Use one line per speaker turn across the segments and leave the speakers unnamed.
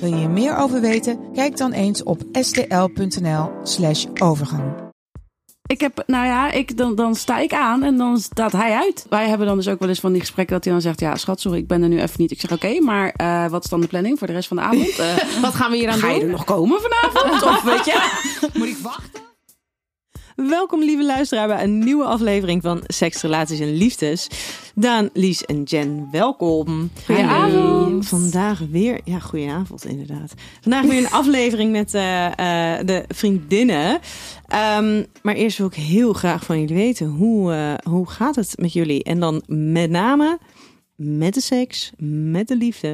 Wil je hier meer over weten? Kijk dan eens op stl.nl/slash overgang.
Ik heb, nou ja, ik, dan, dan sta ik aan en dan staat hij uit. Wij hebben dan dus ook wel eens van die gesprekken dat hij dan zegt: Ja, schat, sorry, ik ben er nu even niet. Ik zeg: Oké, maar eh, wat is dan de planning voor de rest van de avond? Eh,
Wat gaan we hier aan
ga je er
doen?
nog komen vanavond? of weet je?
Moet ik wachten?
Welkom lieve luisteraar bij een nieuwe aflevering van Seks, Relaties en Liefdes. Daan, Lies en Jen, welkom.
Goedenavond.
Vandaag weer, ja goedenavond inderdaad. Vandaag weer een aflevering met eh, eh, de vriendinnen. Ehm, maar eerst wil ik heel graag van jullie weten, hoe, eh, hoe gaat het met jullie? En dan met name met de seks, met de liefde.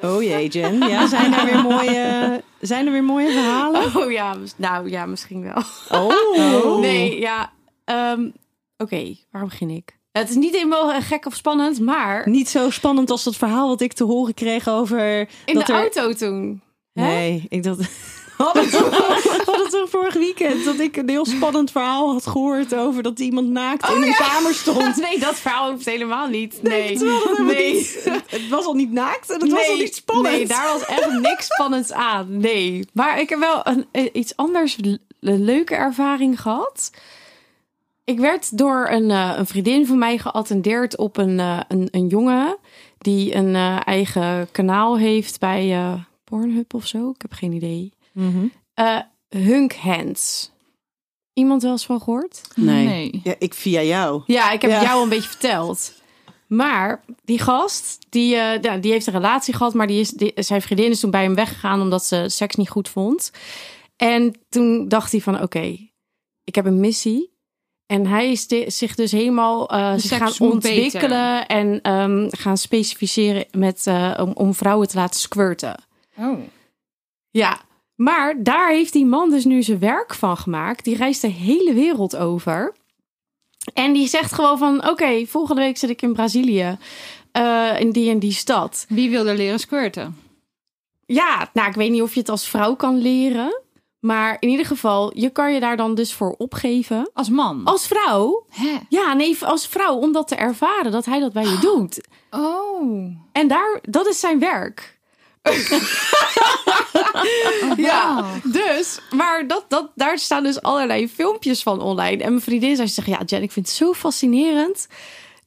oh jee Jen, ja, zijn, er weer mooie, zijn er weer mooie verhalen?
Oh ja, mis- nou ja, misschien wel.
Oh.
Nee, ja. ehm, Oké, waar begin ik? Het is niet helemaal eh, gek of spannend, maar
Niet zo spannend als dat verhaal wat ik te horen kreeg over...
in
dat
de
er...
auto toen. hè?
Nee, ik dacht... Had het, had het toch vorig weekend dat ik een heel spannend verhaal had gehoord over dat iemand naakt in een kamer stond.
Nee, dat verhaal hoeft helemaal niet. Nee,
Oh Nee, terwijl dat helemaal
Nee.
niet- het- Het was al niet naakt en het was al niet spannend.
Nee, daar was echt niks spannends aan. Nee. Maar ik heb wel een, een- iets anders, l- een leuke ervaring gehad. Ik werd door een, eh, een vriendin van mij geattendeerd op een, eh, een, een jongen die een eh, eigen kanaal heeft bij eh, Pornhub of zo. Ik heb geen idee.
Mhm.
Eh, Hunk Hands. Iemand wel eens van gehoord?
Nee.
Ja, ik via jou.
Ja, ik heb
Ja.
het jou al een beetje verteld. Maar die gast, die, eh, ja, die heeft een relatie gehad, maar die is, die- zijn vriendin is toen bij hem weggegaan omdat ze seks niet goed vond. En toen dacht hij van, oké, ik heb een missie. En hij is de- zich dus helemaal eh, zich
seks
gaan
moet
ontwikkelen en ehm, gaan specificeren met, eh, om, om vrouwen te laten squirten.
Oh.
Ja, maar daar heeft die man dus nu zijn werk van gemaakt. Die reist de hele wereld over. En die zegt gewoon van, oké, volgende week zit ik in Brazilië. eh, in die en die stad.
Wie wil er leren squirten?
Ja, nou, ik weet niet of je het als vrouw kan leren. Maar in ieder geval, je kan je daar dan dus voor opgeven.
Als man.
Als vrouw?
Hè?
Ja, nee, als vrouw. Om dat te ervaren, dat hij dat bij je doet.
Oh.
En daar, dat is zijn werk. ja, dus, maar dat, dat, daar staan dus allerlei filmpjes van online. En mijn vriendin zei, ze zegt, ja Jen, ik vind het zo fascinerend.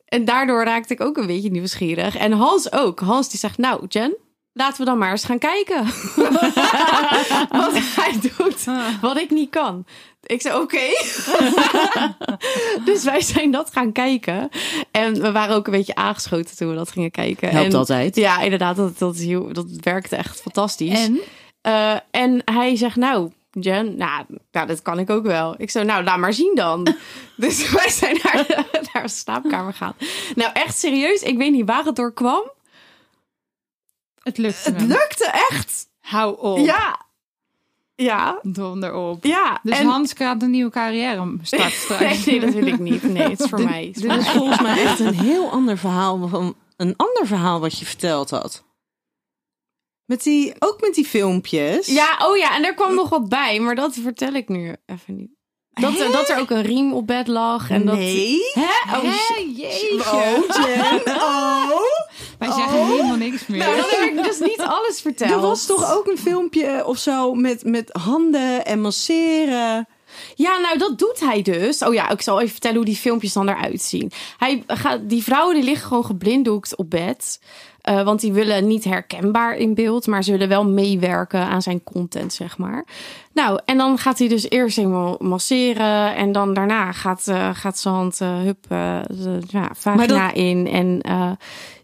En daardoor raakte ik ook een beetje nieuwsgierig. En Hans ook. Hans die zegt, nou Jen, laten we dan maar eens gaan kijken. wat hij doet,
Ah.
wat ik niet kan. Ik zei, oké. dus wij zijn dat gaan kijken. En we waren ook een beetje aangeschoten toen we dat gingen kijken.
Helpt
En-
altijd.
Ja, inderdaad. Dat, dat, is heel- dat werkte echt fantastisch.
En?
Eh, en hij zegt, nou, Jen, nou, nou, dat kan ik ook wel. Ik zo, nou, laat maar zien dan. dus wij zijn naar de, naar de slaapkamer gegaan. Nou, echt serieus, ik weet niet waar het door kwam.
Het lukt
Het lukte echt.
Hou op.
Oh.
Ja. Ja.
Donder op.
Ja.
Dus
en-
Hans gaat een nieuwe carrière starten straks.
Nee, nee, dat wil ik niet. Oh. Nee, het is voor mij. Het is
Dit
voor
is
mij.
volgens mij echt een heel ander verhaal van een ander verhaal wat je verteld had. Met die, ook met die filmpjes.
Ja, oh ja, en er kwam nog wat bij, maar dat vertel ik nu even niet. Dat, er- dat er ook een riem op bed lag en dat...
Nee.
Hè? Oh, shit.
Hé, jeetje.
Jen. Oh.
Wij zeggen helemaal niks meer.
Nou, dat heb ik dus niet alles verteld.
Er was toch ook een filmpje of zo met, met handen en masseren.
Ja, nou dat doet hij dus. Oh ja, ik zal even vertellen hoe die filmpjes dan eruit zien. Hij gaat, die vrouwen die liggen gewoon geblinddoekt op bed. Eh, want die willen niet herkenbaar in beeld, maar ze willen wel meewerken aan zijn content, zeg maar. Nou, en dan gaat hij dus eerst helemaal masseren. En dan daarna gaat, eh, gaat zijn hand, eh, hup, eh, de, ja, vagina in. En eh,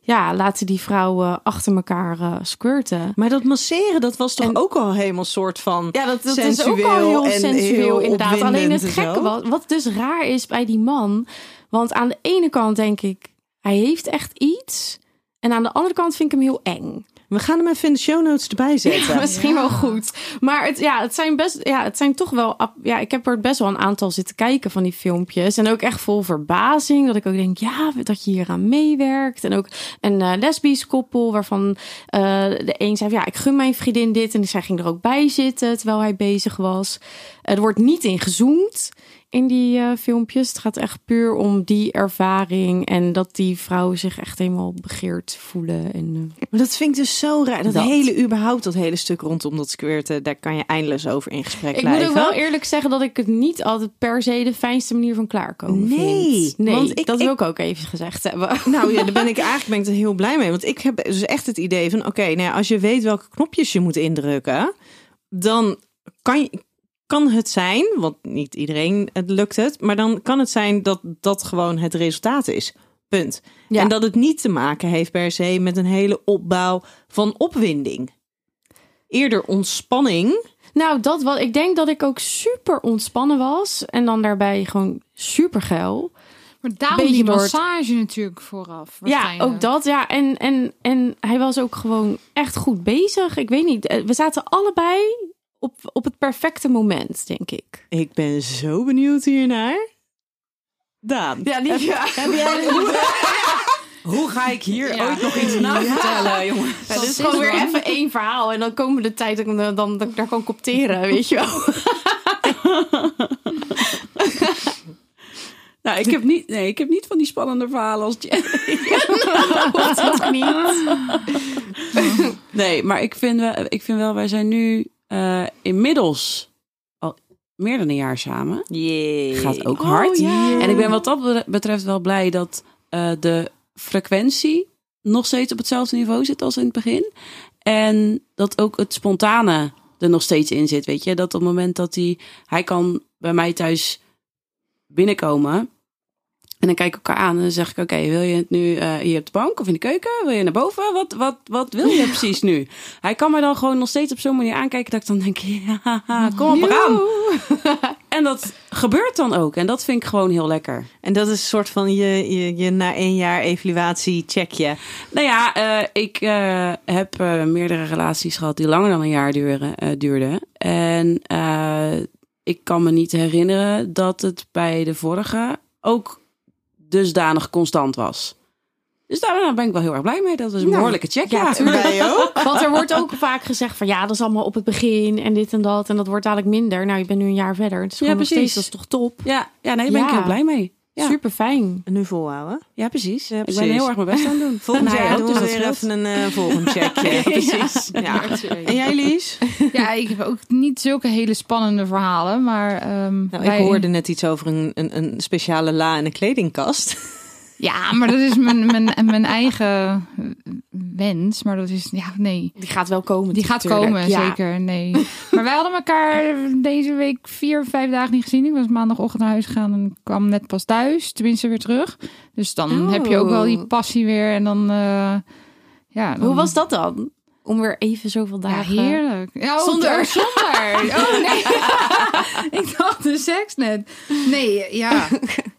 ja, laten die vrouwen achter elkaar eh, squirten.
Maar dat masseren, dat was toch ook al helemaal soort van
Ja, dat, dat is ook
sensueel
al heel
en
sensueel,
heel
inderdaad. Alleen
opwindend
het
en
gekke,
zo.
wat, wat dus raar is bij die man. Want aan de ene kant denk ik, hij heeft echt iets. En aan de andere kant vind ik hem heel eng.
We gaan hem even in de show notes erbij zetten.
Ja, misschien wel goed. Maar het, ja, het zijn best, ja, het zijn toch wel. ap- Ja, ik heb er best wel een aantal zitten kijken van die filmpjes. En ook echt vol verbazing. Dat ik ook denk, ja, dat je hier aan meewerkt. En ook een eh, lesbisch koppel waarvan eh, de een zei, van, ja, ik gun mijn vriendin dit. En zij ging er ook bij zitten terwijl hij bezig was. Er wordt niet in gezoomd in die eh, filmpjes. Het gaat echt puur om die ervaring. En dat die vrouwen zich echt helemaal begeerd voelen. En, eh,
Maar dat vind ik dus zo raar. Dat,
Dat.
hele, überhaupt dat hele stuk rondom dat squirten, daar kan je eindeloos over in gesprek
Ik
blijven.
moet ook wel eerlijk zeggen dat ik het niet altijd per se de fijnste manier van klaarkomen
Nee,
vind. Nee,
want ik-
dat wil
ik-
ik ook even gezegd hebben.
Nou ja, daar ben ik eigenlijk ben ik er heel blij mee. Want ik heb dus echt het idee van: oké, nou ja, als je weet welke knopjes je moet indrukken, dan kan, je- kan het zijn, want niet iedereen het lukt het, maar dan kan het zijn dat dat gewoon het resultaat is. Punt.
Ja.
En dat het niet te maken heeft per se met een hele opbouw van opwinding. Eerder ontspanning.
Nou, dat wat ik denk dat ik ook super ontspannen was en dan daarbij gewoon super geil.
Maar daarom
Beetje
die
door het-
massage natuurlijk vooraf.
Ja,
waarschijnlijk.
ook dat. Ja, en, en, en hij was ook gewoon echt goed bezig. Ik weet niet, eh, we zaten allebei op, op het perfecte moment, denk ik.
Ik ben zo benieuwd hiernaar. Daan.
Ja, lief,
Hoe ga ik hier
Ja. ooit
nog iets na vertellen, jongen?
Ja, dit is gewoon weer even één verhaal. En dan komen de tijd dat ik, me- dan, dat ik daar kan kopteren, weet je wel.
Nou, ik heb niet, nee, ik heb niet van die spannende verhalen als Jen.
dat niet.
Nee, maar ik vind, wel- ik vind wel, wij zijn nu eh, inmiddels al meer dan een jaar samen. Gaat ook
Oh,
hard. En ik ben wat dat betreft wel blij dat eh, de frequentie nog steeds op hetzelfde niveau zit als in het begin. En dat ook het spontane er nog steeds in zit. Weet je, dat op het moment dat hij, hij kan bij mij thuis binnenkomen. En dan kijk ik elkaar aan en dan zeg ik: Oké, wil je het nu eh, hier op de bank of in de keuken? Wil je naar boven? Wat, wat, wat wil je precies nu? Hij kan me dan gewoon nog steeds op zo'n manier aankijken dat ik dan denk: Ja, kom op, we gaan. En dat gebeurt dan ook. En dat vind ik gewoon heel lekker.
En dat is een soort van je, je, je na één jaar evaluatie checkje.
Nou ja, eh, ik eh, heb eh, meerdere relaties gehad die langer dan een jaar duren, eh, duurden. En eh, ik kan me niet herinneren dat het bij de vorige ook dusdanig constant was. Dus daar ben ik wel heel erg blij mee. Dat is een behoorlijke check. Nou, Ja,
Wij ook.
Want er wordt ook vaak gezegd van ja, dat is allemaal op het begin en dit en dat. En dat wordt dadelijk minder. Nou, je bent nu een jaar verder. Het is gewoon
Ja,
nog
precies.
steeds, dat is toch top.
ja, ja nee, daar ben ik
Ja.
heel blij mee. Ja.
Super fijn.
Nu volhouden.
Ja, precies.
Ja,
Ik
precies.
ben heel erg mijn best aan het doen.
Volgend
En hij
jaar
ook,
doen we
dus dat
weer
scheelt.
even een eh, volgend checkje. Precies. Ja. En jij Lies?
Ja, ik heb ook niet zulke hele spannende verhalen, maar... ehm,
Nou, ik
wij-
hoorde net iets over een, een, een speciale la en een kledingkast.
Ja, maar dat is mijn, mijn, mijn eigen wens. Maar dat is... Ja, nee.
Die gaat wel komen.
Die gaat
natuurlijk.
komen,
Ja.
zeker. Nee. Maar wij hadden elkaar deze week vier, vijf dagen niet gezien. Ik was maandagochtend naar huis gegaan en kwam net pas thuis. Tenminste weer terug. Dus dan
Oh.
heb je ook wel die passie weer. En dan... eh, ja, dan-
Hoe was dat dan? Om weer even zoveel
Ja,
dagen.
heerlijk. Ja, oh,
Zonder.
oh, zonder. Oh, nee. ik dacht de seks net. Nee, ja.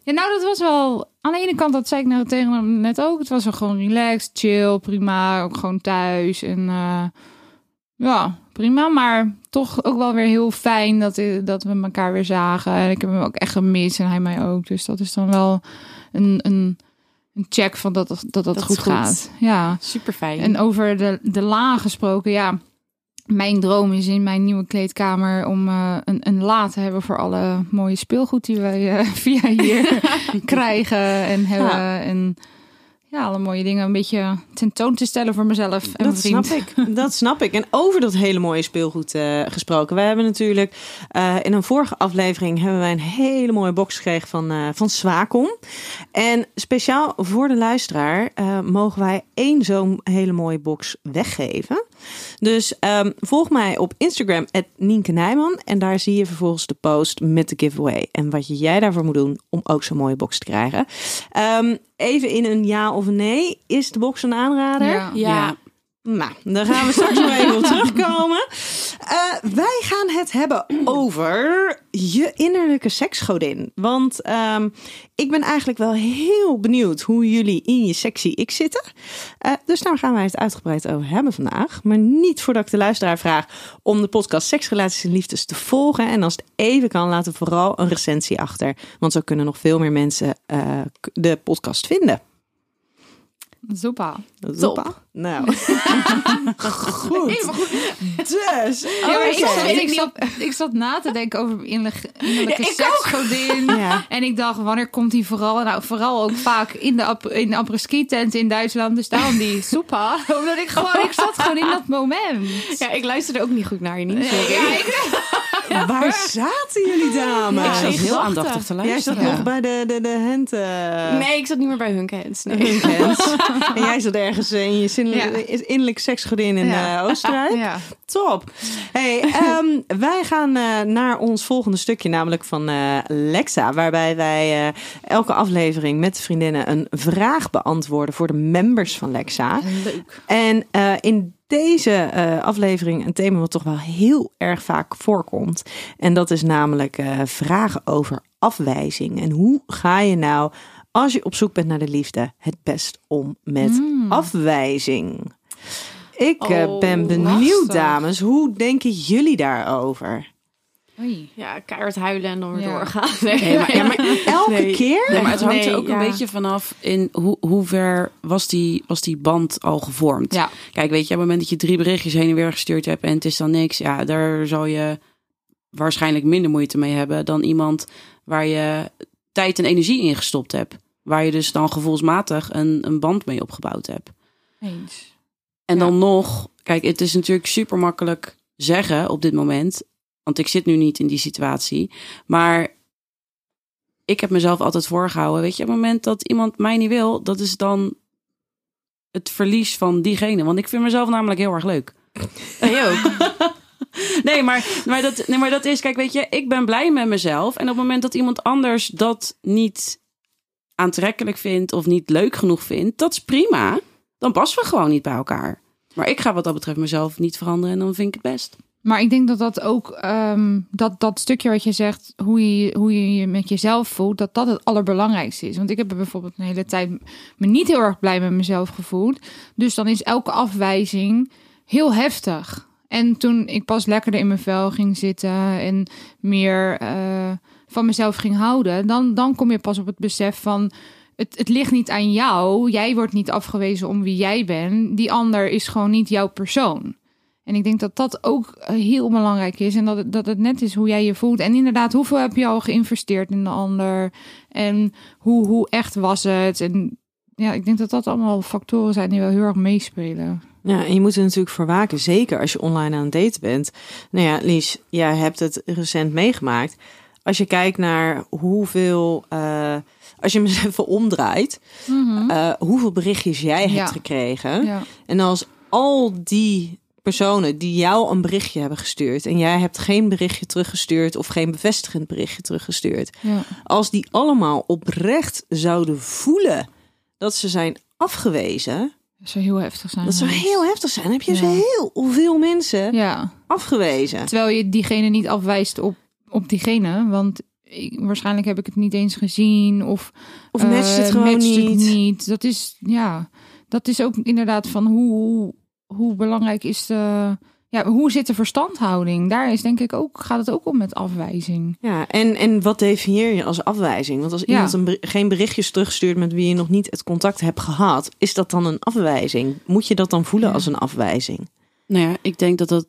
ja. Nou, dat was wel... Aan de ene kant, dat zei ik nou tegen hem net ook. Het was wel gewoon relaxed, chill, prima. Ook gewoon thuis. En eh, ja, prima. Maar toch ook wel weer heel fijn dat, eh, dat we elkaar weer zagen. En ik heb hem ook echt gemist en hij mij ook. Dus dat is dan wel een... een een check van dat dat, dat,
is
goed,
goed.
gaat. Ja.
Super fijn.
En over de, de la gesproken, ja. Mijn droom is in mijn nieuwe kleedkamer om eh, een, een la te hebben voor alle mooie speelgoed die wij eh, via hier krijgen en hebben. En ja, alle mooie dingen een beetje tentoon te stellen voor mezelf en mijn
dat
vriend.
snap ik. Dat snap ik. En over dat hele mooie speelgoed eh, gesproken. Wij hebben natuurlijk eh, in een vorige aflevering hebben wij een hele mooie box gekregen van, eh van Swacom. En speciaal voor de luisteraar eh, mogen wij één zo'n hele mooie box weggeven. Dus ehm, volg mij op Instagram, Nienke Nijman. En daar zie je vervolgens de post met de giveaway. En wat jij daarvoor moet doen om ook zo'n mooie box te krijgen. Ehm, even in een ja of een nee. Is de box een aanrader?
Ja.
Ja.
Ja.
Nou, daar gaan we straks nog even op terugkomen. eh, wij gaan het hebben over je innerlijke seksgodin. Want ehm, ik ben eigenlijk wel heel benieuwd hoe jullie in je sexy ik zitten. Eh, dus daar gaan wij het uitgebreid over hebben vandaag. Maar niet voordat ik de luisteraar vraag om de podcast Seksrelaties en Liefdes te volgen. En als het even kan, laten we vooral een recensie achter. Want zo kunnen nog veel meer mensen eh, k- de podcast vinden.
Zoepa.
Top. Nou. Goed. Dus.
Ja, maar Oh, ik,
oké.
zat, ik, zat, ik zat na te denken over mijn innerlijke- innerlijke
Ja, ik
seksgodin.
Ja.
En ik dacht, wanneer komt die vooral? Nou, vooral ook vaak in de, ap- in de ski tent in Duitsland. Dus daarom die soepa. Omdat ik gewoon, ik zat gewoon in dat moment.
Ja, ik luisterde ook niet goed naar je niet. Sorry.
Ja, ik,
Waar zaten jullie dames?
Ik zat
ik
heel
dacht
aandachtig
dat.
te
Jij
luisteren.
zat nog bij de, de, de hand, eh,
Nee, ik zat niet meer bij Hunkens. Nee.
hun hands. en jij zat ergens in je zinnelijk- innerlijk seksgodin in
Ja.
eh, Oostenrijk.
ja.
Top. Hey, ehm, wij gaan eh, naar ons volgende stukje, namelijk van eh, Lexa. Waarbij wij eh, elke aflevering met vriendinnen een vraag beantwoorden voor de members van Lexa.
Leuk.
En eh, in deze eh, aflevering een thema wat toch wel heel erg vaak voorkomt. En dat is namelijk eh, vragen over afwijzing. En hoe ga je nou, als je op zoek bent naar de liefde, het best om met afwijzing? Ik eh,
Oh,
ben benieuwd,
lastig.
dames. Hoe denken jullie daarover?
Oei.
Ja, keihard huilen en dan weer
Ja.
doorgaan. Nee,
maar-
Ja, maar elke
Nee.
keer?
Nee, maar het hangt
Nee,
er ook
ja.
een beetje vanaf in hoe, hoe ver was die, was die band al gevormd.
Ja.
Kijk, weet je, op het moment dat je drie berichtjes heen en weer gestuurd hebt en het is dan niks, ja, daar zal je waarschijnlijk minder moeite mee hebben dan iemand waar je tijd en energie in gestopt hebt. Waar je dus dan gevoelsmatig een, een band mee opgebouwd hebt.
Eens.
En
Ja.
dan nog, kijk, het is natuurlijk super makkelijk zeggen op dit moment. Want ik zit nu niet in die situatie. Maar ik heb mezelf altijd voorgehouden. Weet je, op het moment dat iemand mij niet wil, dat is dan het verlies van diegene. Want ik vind mezelf namelijk heel erg leuk. Nee, maar, maar, dat, nee, maar dat is, kijk, weet je, ik ben blij met mezelf. En op het moment dat iemand anders dat niet aantrekkelijk vindt of niet leuk genoeg vindt, dat is prima. Dan passen we gewoon niet bij elkaar. Maar ik ga wat dat betreft mezelf niet veranderen en dan vind ik het best.
Maar ik denk dat dat ook, ehm, dat, dat stukje wat je zegt, hoe je, hoe je je met jezelf voelt, dat dat het allerbelangrijkste is. Want ik heb bijvoorbeeld een hele tijd me niet heel erg blij met mezelf gevoeld. Dus dan is elke afwijzing heel heftig. En toen ik pas lekkerder in mijn vel ging zitten en meer eh, van mezelf ging houden, dan, dan kom je pas op het besef van. Het, het ligt niet aan jou. Jij wordt niet afgewezen om wie jij bent. Die ander is gewoon niet jouw persoon. En ik denk dat dat ook eh, heel belangrijk is. En dat het, dat het net is hoe jij je voelt. En inderdaad, hoeveel heb je al geïnvesteerd in de ander? En hoe, hoe echt was het? En ja, ik denk dat dat allemaal factoren zijn die wel heel erg meespelen.
Ja, en je moet er natuurlijk voor waken. Zeker als je online aan het daten bent. Nou ja, Lies, jij hebt het recent meegemaakt. Als je kijkt naar hoeveel... eh, als je hem eens even omdraait. eh, hoeveel berichtjes jij
Ja.
hebt gekregen.
Ja.
En als al die personen die jou een berichtje hebben gestuurd... en jij hebt geen berichtje teruggestuurd... of geen bevestigend berichtje teruggestuurd...
Ja.
als die allemaal oprecht zouden voelen dat ze zijn afgewezen...
Dat zou heel heftig zijn.
Dat zou
geweest.
heel heftig zijn. Dan heb je dus
Mhm. Ja.
heel veel mensen
Ja.
afgewezen.
Terwijl je diegene niet afwijst op, op diegene. Want ik, waarschijnlijk heb ik het niet eens gezien. Of,
Of matcht
eh,
het gewoon
matcht het
niet.
niet. Dat is, ja, dat is ook inderdaad van hoe, hoe belangrijk is de... Ja, hoe zit de verstandhouding? Daar is denk ik ook, gaat het ook om met afwijzing.
Ja, en, en wat definieer je als afwijzing? Want als iemand een beri- geen berichtjes terugstuurt met wie je nog niet het contact hebt gehad, is dat dan een afwijzing? Moet je dat dan voelen
Ja.
als een afwijzing?
Nou ja, ik denk dat, dat,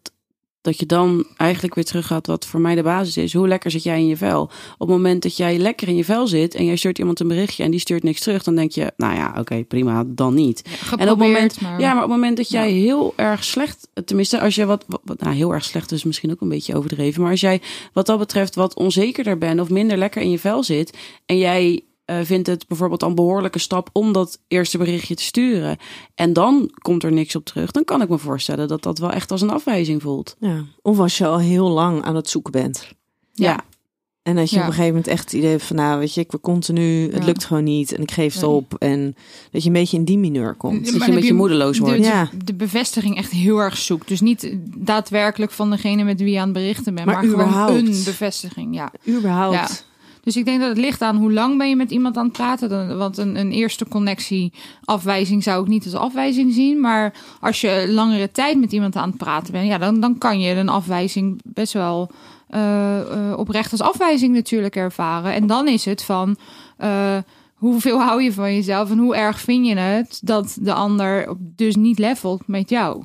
dat je dan eigenlijk weer terug gaat wat voor mij de basis is. Hoe lekker zit jij in je vel? Op het moment dat jij lekker in je vel zit en jij stuurt iemand een berichtje en die stuurt niks terug, dan denk je, nou ja, oké, prima, dan niet.
Geprobeerd,
en op het moment,
maar...
Ja, maar op het moment dat jij heel erg slecht, tenminste als je wat, wat- nou heel erg slecht is misschien ook een beetje overdreven, maar als jij wat dat betreft wat onzekerder bent of minder lekker in je vel zit en jij eh, vindt het bijvoorbeeld al een behoorlijke stap om dat eerste berichtje te sturen en dan komt er niks op terug, dan kan ik me voorstellen dat dat wel echt als een afwijzing voelt.
Ja. Of als je al heel lang aan het zoeken bent
Ja,
en En dat je
Ja.
op een gegeven moment echt het idee hebt van, nou weet je, ik word continu, het
Ja.
lukt gewoon niet en ik geef het
Nee.
op. En dat je een beetje in die mineur komt.
je een
Maar dan heb
beetje moedeloos
de-
wordt.
De,
Ja.
de bevestiging echt heel erg zoekt. Dus niet daadwerkelijk van degene met wie je aan het berichten bent.
Maar
Maar, gewoon
überhaupt.
een bevestiging, ja.
Überhaupt.
Dus ik denk dat het ligt aan hoe lang ben je met iemand aan het praten. Dan- Want een, een eerste connectieafwijzing zou ik niet als afwijzing zien. Maar als je langere tijd met iemand aan het praten bent, ja, dan, dan kan je een afwijzing best wel eh, eh, oprecht als afwijzing natuurlijk ervaren. En dan is het van. eh, Hoeveel hou je van jezelf en hoe erg vind je het dat de ander dus niet levelt met jou?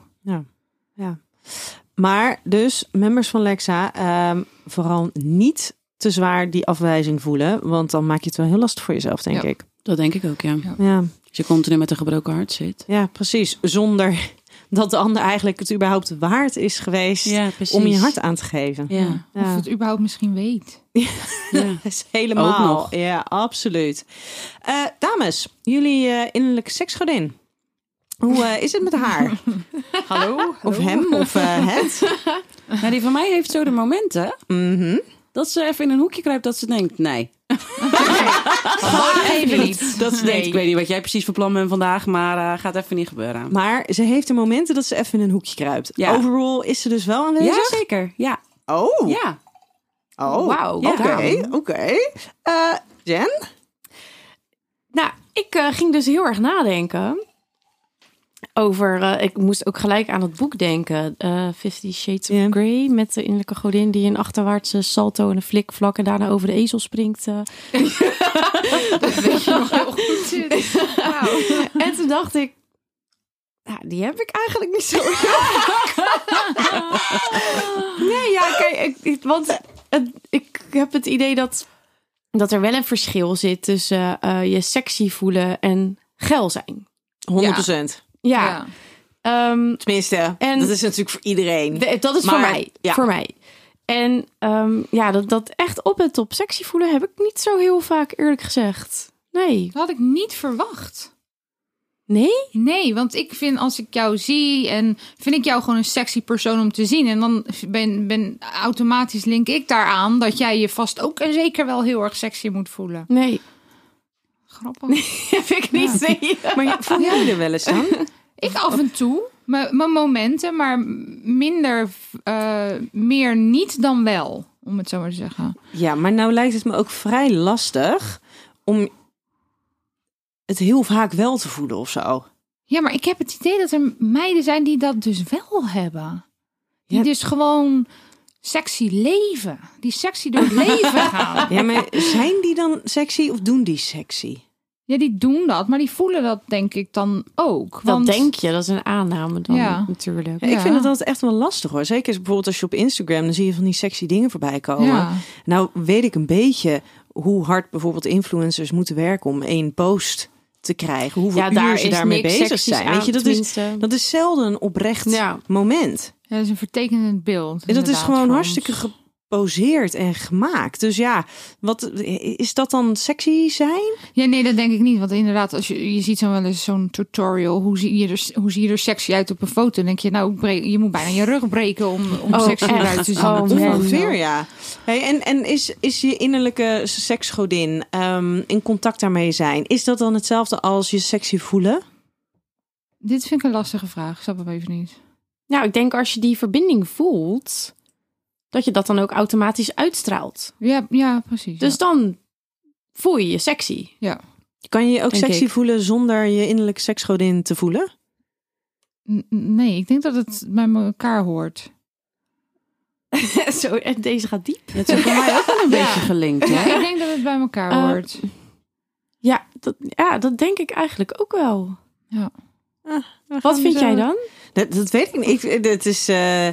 Maar dus, members van Lexa, ehm, vooral niet te zwaar die afwijzing voelen. Want dan maak je het wel heel lastig voor jezelf, denk
Ja.
ik.
Dat denk ik ook, ja.
Ja,
Als je continu met een gebroken hart zit.
ja, precies. Zonder dat de ander eigenlijk het überhaupt waard is geweest
precies.
om je hart aan te geven.
Ja,
Ja.
Of het überhaupt misschien weet.
ja.
Dat is helemaal.
Ook nog.
Ja, absoluut. Eh, dames, jullie eh, innerlijke seksgodin. Hoe eh, is het met haar?
Hallo?
Of hem? Of eh, het?
Nou, die van mij heeft zo de momenten
Mhm.
dat ze even in een hoekje kruipt dat ze denkt, nee.
Gewoon even niet.
Dat ze denkt,
Nee.
ik weet niet wat jij precies van plan bent vandaag, maar eh, gaat even niet gebeuren.
Maar ze heeft de momenten dat ze even in een hoekje kruipt.
Ja.
Overall is ze dus wel aanwezig.
Ja, zeker. Ja,
Oh,
ja.
oh.
Wauw,
Oké,
gedaan.
oké. Eh, Jen?
Nou, ik eh, ging dus heel erg nadenken over. eh, ik moest ook gelijk aan het boek denken: eh Fifty Shades of
Ja.
Grey. Met de innerlijke godin die een achterwaartse salto en een flikvlak en daarna over de ezel springt. eh.
Weet je nog heel goed zit. Wauw.
En toen dacht ik. Ja, die heb ik eigenlijk niet zo. nee, ja, kijk, ik, ik- want het- ik heb het idee dat, dat er wel een verschil zit tussen eh, je sexy voelen en geil zijn.
100%.
Ja,
Ja.
ehm,
Tenminste,
En-
dat is natuurlijk voor iedereen.
De- dat is
Maar,
voor mij.
ja.
Voor mij. En ehm, ja, dat, dat echt op en top sexy voelen heb ik niet zo heel vaak eerlijk gezegd. Nee.
Dat had ik niet verwacht.
Nee?
Nee, want ik vind als ik jou zie en vind ik jou gewoon een sexy persoon om te zien. En dan ben, ben automatisch link ik daaraan dat jij je vast ook en zeker wel heel erg sexy moet voelen.
Nee.
Grappig.
heb ik niet. Nee.
Maar ja, voel jij er wel eens dan?
Ik af en toe. Mijn mijn momenten, maar minder, eh, meer niet dan wel. Om het zo maar te zeggen.
Ja, maar nou lijkt het me ook vrij lastig om het heel vaak wel te voelen of zo.
Ja, maar ik heb het idee dat er meiden zijn die dat dus wel hebben. Die
Ja.
dus gewoon sexy leven. Die sexy door het leven gaan.
Ja, maar zijn die dan sexy of doen die sexy?
Ja, die doen dat, maar die voelen dat denk ik dan ook.
Dat
Want
denk je, dat is een aanname dan
Ja.
natuurlijk.
Ja, Ik
Ja.
vind dat altijd echt wel lastig hoor. Zeker is bijvoorbeeld als je op Instagram, dan zie je van die sexy dingen voorbij komen.
Ja.
Nou weet ik een beetje hoe hard bijvoorbeeld influencers moeten werken om één post te krijgen. Hoeveel
Ja,
uur
daar
ze
is
daarmee
niks
bezig
seksies
zijn.
aan,
Weet je, dat is,
tenminste.
dat is zelden een oprecht
Ja.
moment.
Ja, dat is een vertekenend beeld.
En dat is
inderdaad,
gewoon
voor
hartstikke
ons.
geposeerd en gemaakt. Dus ja, wat is dat dan sexy zijn?
Ja, nee, dat denk ik niet. Want inderdaad, als je, je ziet zo wel eens zo'n tutorial. Hoe zie, je er, hoe zie je er sexy uit op een foto? Dan denk je, nou, ik breek- je moet bijna je rug breken om, om
Oh,
sexy
echt?
eruit te zien.
Oh, man.
Ongeveer, ja. Hey, en en is, is je innerlijke seksgodin ehm, in contact daarmee zijn? Is dat dan hetzelfde als je sexy voelen?
Dit vind ik een lastige vraag. Ik snap hem even niet.
Nou, ik denk als je die verbinding voelt, dat je dat dan ook automatisch uitstraalt.
Ja, ja precies.
Dus dan voel je je sexy.
Kan je je ook
Denk
sexy
ik.
voelen zonder je innerlijke seksgodin te voelen?
ja. N- Nee, ik denk dat het bij elkaar hoort.
Zo, en deze gaat diep.
Dat is bij mij ook wel een beetje gelinkt.
Ja,
Hè?
ik denk dat het bij elkaar
Eh,
hoort.
Ja dat, ja, dat denk ik eigenlijk ook wel. Ah, Wat
Gaan we
vind
zo-
jij dan?
Dat, dat weet ik niet. Ik, dat is, eh,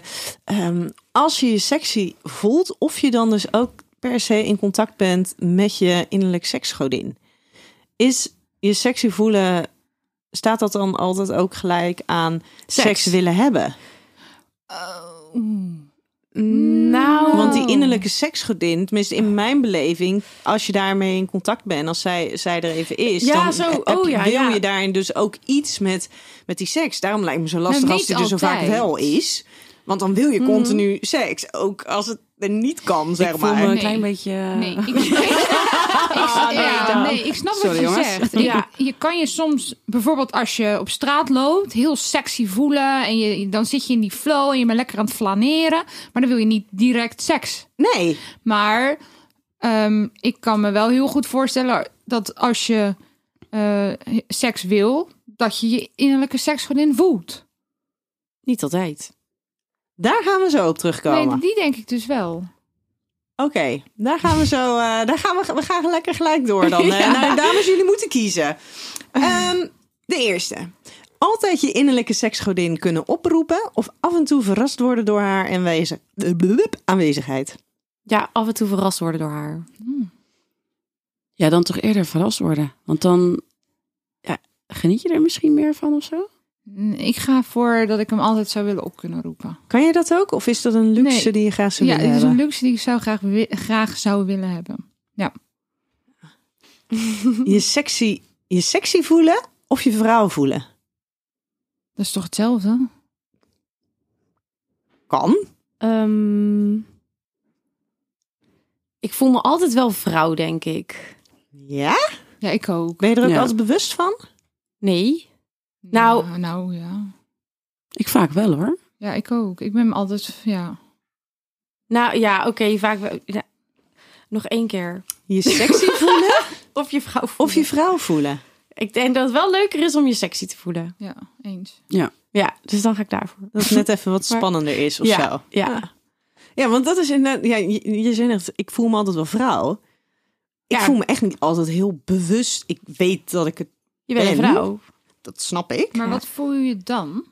ehm, als je je sexy voelt, of je dan dus ook per se in contact bent met je innerlijk seksgodin. Is je sexy voelen, staat dat dan altijd ook gelijk aan seks, willen hebben?
Nou,
Want die innerlijke seksgodin, tenminste in mijn beleving, als je daarmee in contact bent, als zij, zij er even is,
Ja,
dan
zo.
heb-
Oh, ja,
wil
ja.
je daarin dus ook iets met, met die seks. Daarom lijkt me zo lastig
Nou,
als die
niet
er zo vaak
altijd.
wel is. Want dan wil je continu seks. Ook als het er niet kan, zeg
ik voel
maar.
me een
Nee.
klein beetje... eh,
Nee, ik, ik, ja, nee, ik snap
Sorry,
wat je
jongens.
zegt. Ja, je kan je soms, bijvoorbeeld als je op straat loopt, heel sexy voelen. En je, dan zit je in die flow en je bent lekker aan het flaneren. Maar dan wil je niet direct seks.
Nee.
Maar ehm, ik kan me wel heel goed voorstellen dat als je eh, seks wil, dat je je innerlijke seksgodin voelt.
Niet altijd.
Daar gaan we zo op terugkomen.
Nee, die denk ik dus wel.
Oké, daar gaan we zo. eh, daar gaan we, we gaan lekker gelijk door dan. hè. Nou, dames, jullie moeten kiezen. Ehm, de eerste. Altijd je innerlijke seksgodin kunnen oproepen of af en toe verrast worden door haar aanwezig, blub, aanwezigheid.
Ja, af en toe verrast worden door haar.
Ja, dan toch eerder verrast worden. Want dan ja, geniet je er misschien meer van of zo.
Mm, Ik ga voor dat ik hem altijd zou willen op kunnen roepen.
Kan je dat ook? Of is dat een luxe
Nee.
die je graag zou
ja,
willen
dit is een
hebben?
luxe die ik zou graag, wi- graag zou willen hebben.
Je sexy, je sexy voelen of je vrouw voelen?
Dat is toch hetzelfde?
Kan.
Ehm, ik voel me altijd wel vrouw, denk ik.
Ja?
Ja, ik ook.
Ben je er ook
Ja.
altijd bewust van?
Nee. Nou-
Ja, nou ja.
Ik vaak wel hoor.
Ja, ik ook. Ik ben altijd, ja.
Nou ja, oké, vaak wel. ja. Nog één keer.
Je sexy voelen
Of je vrouw voelen.
of je vrouw voelen?
Ik denk dat het wel leuker is om je sexy te voelen.
Ja, eens.
Ja, dus dan ga ik daarvoor.
Dat het net even wat
Maar-
spannender is of
ja,
zo.
ja.
Ja, want dat is inderdaad. Ja, je, je zegt, ik voel me altijd wel vrouw. Ik
Ja.
voel me echt niet altijd heel bewust. Ik weet dat ik het.
Je bent een
En?
vrouw.
Dat snap ik.
Maar wat voel je dan?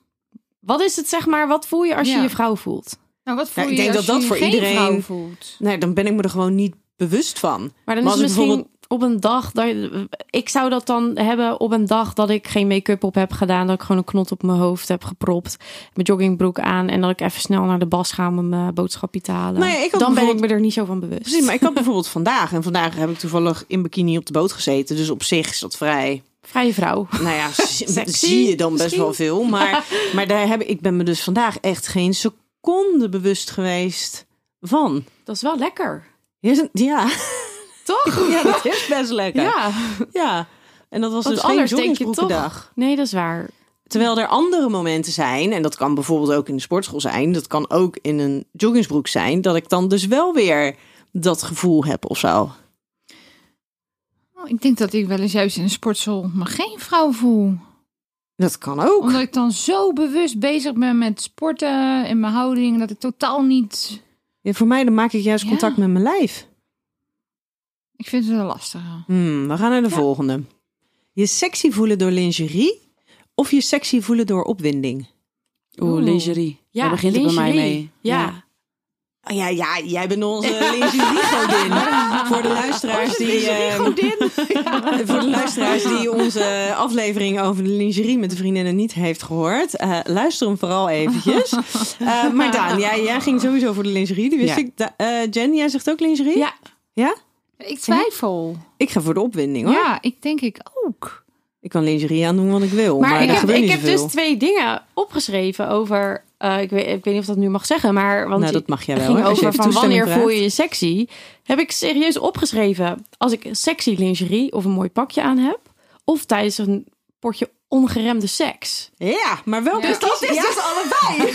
Wat is het, zeg maar, wat voel je als je
Ja.
je vrouw voelt?
Nou, wat voel
ik
je
denk
als
dat dat
je
voor
geen
iedereen-
vrouw voelt?
Nee, dan ben ik me er gewoon niet bewust van.
Maar
Maar
dan is
als
het
ik
misschien op een dag dat ik zou dat dan hebben op een dag dat ik geen make-up op heb gedaan, dat ik gewoon een knot op mijn hoofd heb gepropt, mijn joggingbroek aan en dat ik even snel naar de bas ga om mijn boodschapje te halen.
Nou ja, ik had
dan ben ik me
bijvoorbeeld-
er niet zo van bewust.
Precies, maar ik had bijvoorbeeld vandaag. En vandaag heb ik toevallig in bikini op de boot gezeten. Dus op zich is dat vrij.
Vrije vrouw.
Nou ja,
Sexy,
zie je dan best
misschien.
wel veel. Maar, maar daar heb ik, ik ben me dus vandaag echt geen seconde bewust geweest van.
Dat is wel lekker.
Hier is een- Ja,
Toch?
ja dat is best lekker.
Ja.
Ja, en dat was
Want
dus
anders
geen
denk je toch-
dag.
Nee, dat is waar.
Terwijl er andere momenten zijn, en dat kan bijvoorbeeld ook in de sportschool zijn, dat kan ook in een joggingsbroek zijn, dat ik dan dus wel weer dat gevoel heb of zo.
Oh, ik denk dat ik wel eens juist in een sportschool me geen vrouw voel.
Dat kan ook.
Omdat ik dan zo bewust bezig ben met sporten en mijn houding, dat ik totaal niet...
Ja, voor mij dan maak ik juist
Ja.
contact met mijn lijf.
Ik vind het een lastige.
Hmm, we gaan naar de volgende. Je sexy voelen door lingerie of je sexy voelen door opwinding?
Oeh,
Oeh.
lingerie. Daar begint het bij mij
lingerie.
mee.
Ja.
Oh ja, ja, jij bent onze lingerie-godin. voor de luisteraars die... ehm, voor de luisteraars die onze eh, aflevering over de lingerie met de vriendinnen niet heeft gehoord. eh, luister hem vooral eventjes. Eh, maar Daan, jij, jij ging sowieso voor de lingerie. Die wist
Ja.
ik. Da- eh, Jen, jij zegt ook lingerie?
Ja.
Ja?
Ik twijfel.
Ik ga voor de opwinding hoor.
Ja, ik denk ik ook.
Ik kan lingerie aandoen wat ik wil. Maar,
Maar, ik
daar
heb,
gebeurt
ik
niet
heb
zoveel.
dus twee dingen opgeschreven over. eh, ik, weet, ik weet niet of dat nu mag zeggen, maar. Want
Nou,
je-
dat mag jij wel,
ging
hoor, als je
over
even
van
toestemming
wanneer voel je
vraagt.
je sexy. Heb ik serieus opgeschreven. Als ik sexy lingerie of een mooi pakje aan heb. Of tijdens een potje ongeremde seks.
Ja, maar welke
Dus
dat is dus allebei.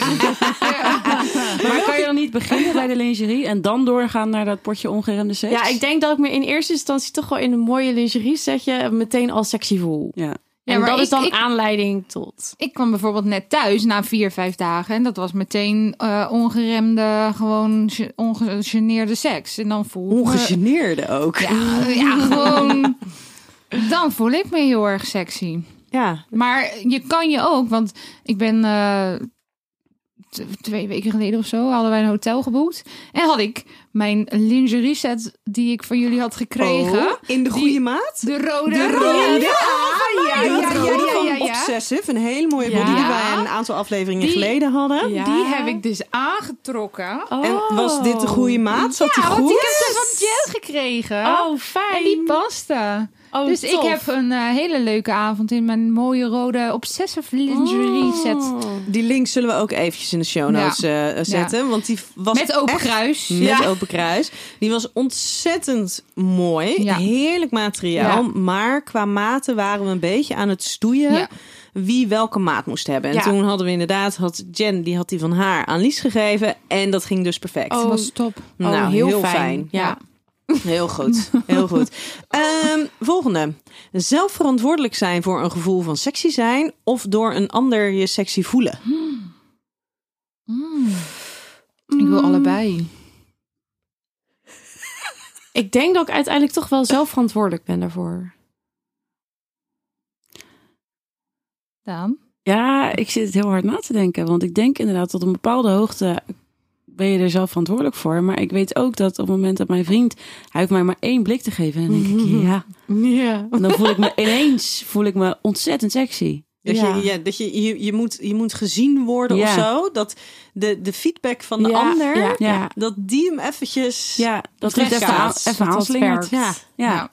Maar kan je dan niet beginnen bij de lingerie en dan doorgaan naar dat potje ongeremde seks?
Ja, ik denk dat ik me in eerste instantie toch wel in een mooie lingerie setje meteen al sexy voel.
Ja.
Ja,
en
maar
dat is
ik-
dan
ik-
aanleiding tot.
Ik kwam bijvoorbeeld net thuis na vier, vijf dagen. En dat was meteen eh, ongeremde, gewoon ge- ongegeneerde seks. En dan voel ik me-
Ongegeneerde ook. Ja.
Ja, ja, gewoon... Dan voel ik me heel erg sexy. Maar je kan je ook, want ik ben eh, t- twee weken geleden of zo hadden wij een hotel geboekt en had ik mijn lingerie set die ik van jullie had gekregen.
Oh, in de goede maat?
De rode.
De rode. Ah, ja,
ja,
ja,
ja,
rode
ja,
van
ja, ja.
Obsessive. Een hele mooie
Ja.
body die wij een aantal afleveringen
Die-
geleden hadden.
Ja.
Die heb ik dus aangetrokken.
En was dit de goede maat? Zat die
Oh. ja,
goed?
want ik heb dus wat gel gekregen.
Oh,
En
fijn.
die paste.
Oh,
dus
tof.
ik heb een eh, hele leuke avond in mijn mooie rode obsessive lingerie set.
Oh.
Die link zullen we ook eventjes in de show notes eh, zetten. Want die was
Met open
echt-
kruis.
Met open kruis. Die was ontzettend mooi.
Ja.
Heerlijk materiaal.
Ja.
Maar qua maten waren we een beetje aan het stoeien.
Ja.
Wie welke maat moest hebben. En
Ja.
toen hadden we inderdaad, had Jen die, had die van haar aan Lies gegeven. En dat ging dus perfect.
Oh,
Dat was top.
nou, heel, fijn.
Ja.
Heel goed. Heel goed. Ehm, volgende. Zelf verantwoordelijk zijn voor een gevoel van sexy zijn. Of door een ander je sexy voelen.
Ik wil allebei.
Ik denk dat ik uiteindelijk toch wel zelf verantwoordelijk ben daarvoor.
Daan.
Ja, ik zit het heel hard na te denken. Want ik denk inderdaad tot een bepaalde hoogte ben je er zelf verantwoordelijk voor. Maar ik weet ook dat op het moment dat mijn vriend... Hij hoeft mij maar één blik te geven. En dan denk ik, ja.
Ja.
En dan voel ik me ineens voel ik me ontzettend sexy.
Dat,
Ja.
je, ja, dat je, je, je, moet, je moet gezien worden of
Ja.
zo. Dat de, de feedback van de
Ja,
ander,
ja, ja.
dat die hem eventjes...
Ja, dat het even, aan-
Terugkaatst, dat
even
dat
aanslingert.
werkt.
Ja. Ja.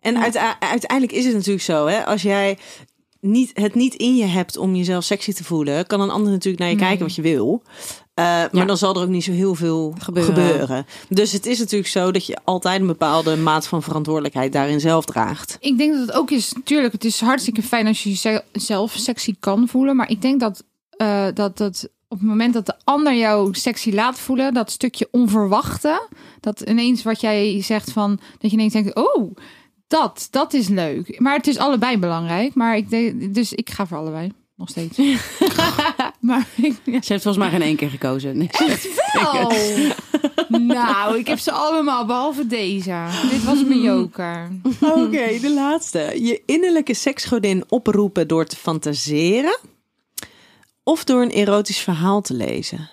En uitea- uiteindelijk is het natuurlijk zo, hè, als jij niet, het niet in je hebt om jezelf sexy te voelen, kan een ander natuurlijk naar je kijken wat je wil. Eh, maar
Ja.
dan zal er ook niet zo heel veel gebeuren.
Gebeuren.
Dus het is natuurlijk zo dat je altijd een bepaalde maat van verantwoordelijkheid daarin zelf draagt.
Ik denk dat het ook is, natuurlijk, het is hartstikke fijn als je jezelf sexy kan voelen. Maar ik denk dat, eh, dat, dat op het moment dat de ander jou sexy laat voelen, dat stukje onverwachte, dat ineens wat jij zegt van, dat je ineens denkt, oh, dat, dat is leuk. Maar het is allebei belangrijk. Maar ik denk, dus ik ga voor allebei. Nog steeds. maar ik, ja.
Ze heeft volgens mij geen één keer gekozen. Nee.
Oh. nou, ik heb ze allemaal, behalve deze. Dit was mijn joker.
Oké, de laatste. Je innerlijke seksgodin oproepen door te fantaseren of door een erotisch verhaal te lezen.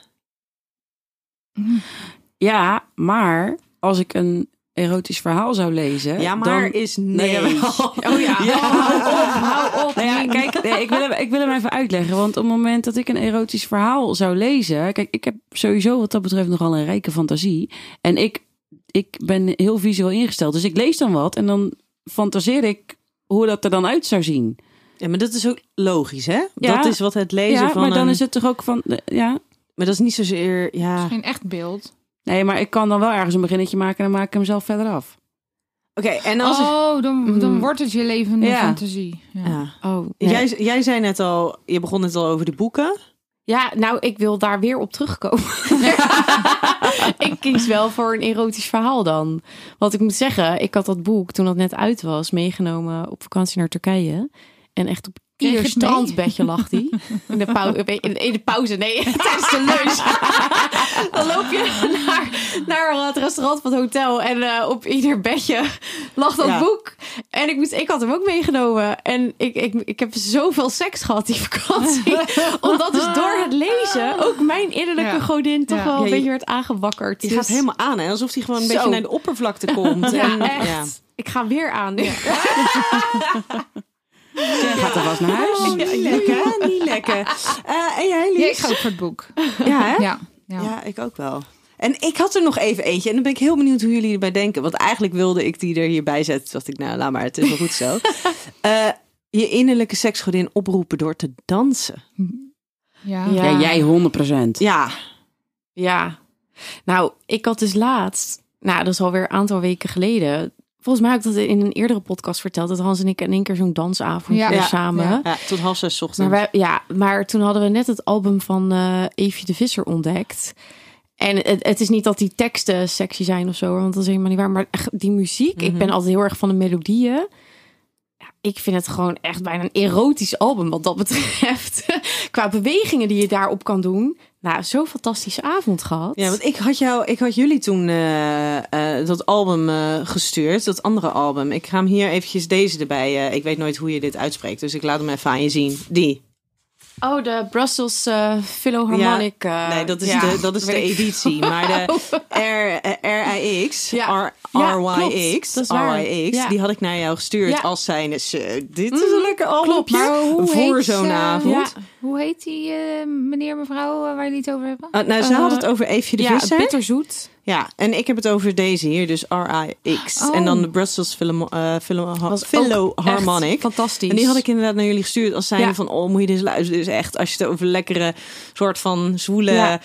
Ja, maar als ik een erotisch verhaal zou lezen...
Ja, maar
dan-
is nee.
Oh ja. Hou op. Nou ja, kijk, nee, ik, wil hem, ik wil hem even uitleggen. Want op het moment dat ik een erotisch verhaal zou lezen. Kijk, ik heb sowieso wat dat betreft nogal een rijke fantasie. En ik, ik ben heel visueel ingesteld. Dus ik lees dan wat en dan fantaseer ik hoe dat er dan uit zou zien.
Ja, maar dat is ook logisch, hè?
Ja.
Dat is wat het lezen
Ja,
van
maar dan
een-
is het toch ook van. Ja.
Maar dat is niet zozeer, ja... Oké,
Geen echt beeld.
Nee, maar ik kan dan wel ergens een beginnetje maken en dan maak ik hem zelf verder af.
en Nou, als...
Oh, dan, dan
Mm.
wordt het je levende
Ja.
fantasie. Ja.
Ja.
Oh,
Jij, jij zei net al, je begon net al over de boeken.
Ja, nou, ik wil daar weer op terugkomen. ik kies wel voor een erotisch verhaal dan. Want ik moet zeggen, ik had dat boek toen dat net uit was meegenomen op vakantie naar Turkije. En echt op
Kreeg
ieder
je het mee?
strandbedje lag die. In de, pau- in, in de pauze, nee, tijdens de lunch. dan loop je naar, naar het restaurant van het hotel en eh, op ieder bedje lag dat
Ja.
boek. En ik, moest, ik had hem ook meegenomen. En ik, ik, ik heb zoveel seks gehad die vakantie. Omdat dus door het lezen ook mijn innerlijke
Ja.
godin toch
Ja.
wel
Ja,
een
je-
beetje werd aangewakkerd.
Je
Dus-
gaat helemaal aan, hè? Alsof die gewoon een
Zo.
beetje naar de oppervlakte komt.
Ja,
en,
echt.
ja.
Ik ga weer aan.
Jij gaat er vast naar huis.
Oh, niet lekker, hè? Niet lekker. Eh, en jij,
Ja, ik
Lies?
ga ook voor het boek.
Ja, hè?
Ja. Ja.
Ja, ik ook wel. En ik had er nog even eentje. En dan ben ik heel benieuwd hoe jullie erbij denken. Want eigenlijk wilde ik die er hierbij zetten. Toen dacht ik, nou, laat maar. Het is wel goed zo. Eh, je innerlijke seksgodin oproepen door te dansen.
Ja.
Ja.
Ja, jij 100%.
Ja.
Ja. Nou, ik had dus laatst, nou, dat is alweer een aantal weken geleden. Volgens mij heb ik dat in een eerdere podcast verteld. Dat Hans en ik in één keer zo'n dansavond
Ja.
hadden
Ja.
samen.
Ja.
Ja, tot half zes 's ochtends.
Maar Dus nou, wij, ja, maar toen hadden we net het album van eh Eefje de Visser ontdekt. En het, het is niet dat die teksten sexy zijn of zo, hoor, want dat is helemaal niet waar. Maar echt die muziek,
Mhm.
ik ben altijd heel erg van de melodieën. Ja, ik vind het gewoon echt bijna een erotisch album wat dat betreft. Qua bewegingen die je daarop kan doen. Nou, zo'n fantastische avond gehad.
Ja, want ik had, jou, ik had jullie toen eh, eh, dat album eh, gestuurd, dat andere album. Ik ga hem hier eventjes deze erbij. eh, ik weet nooit hoe je dit uitspreekt, dus ik laat hem even aan je zien. Die.
Oh, de Brussels eh Philharmonic. eh,
nee, dat is
ja,
de, dat is
weet
de
ik Oh.
editie. Maar de R, eh, RIX,
Ja.
R,
Ja,
RYX,
klopt. Dat is waar.
RYX,
Ja.
die had ik naar jou gestuurd
Ja. Mm,
als zijnde. "Zo, Dit is een lekker
klopt.
albumje
Maar hoe
voor
heet
zo'n
ze?
avond.
Ja.
Hoe heet die eh, meneer, mevrouw eh, waar jullie het over hebben?
Eh, nou, ze
Eh,
had het over Eefje de
ja,
Visser.
bitterzoet.
Ja, en ik heb het over deze hier, dus RIX.
Oh.
En dan de Brussels Philharmo- eh, Philharmo- Philharmonic.
Echt fantastisch.
En die had ik inderdaad naar jullie gestuurd als zijnde
Ja.
van... oh, moet je dit eens luisteren. Dus echt, als je het over lekkere soort van zwoele...
Ja.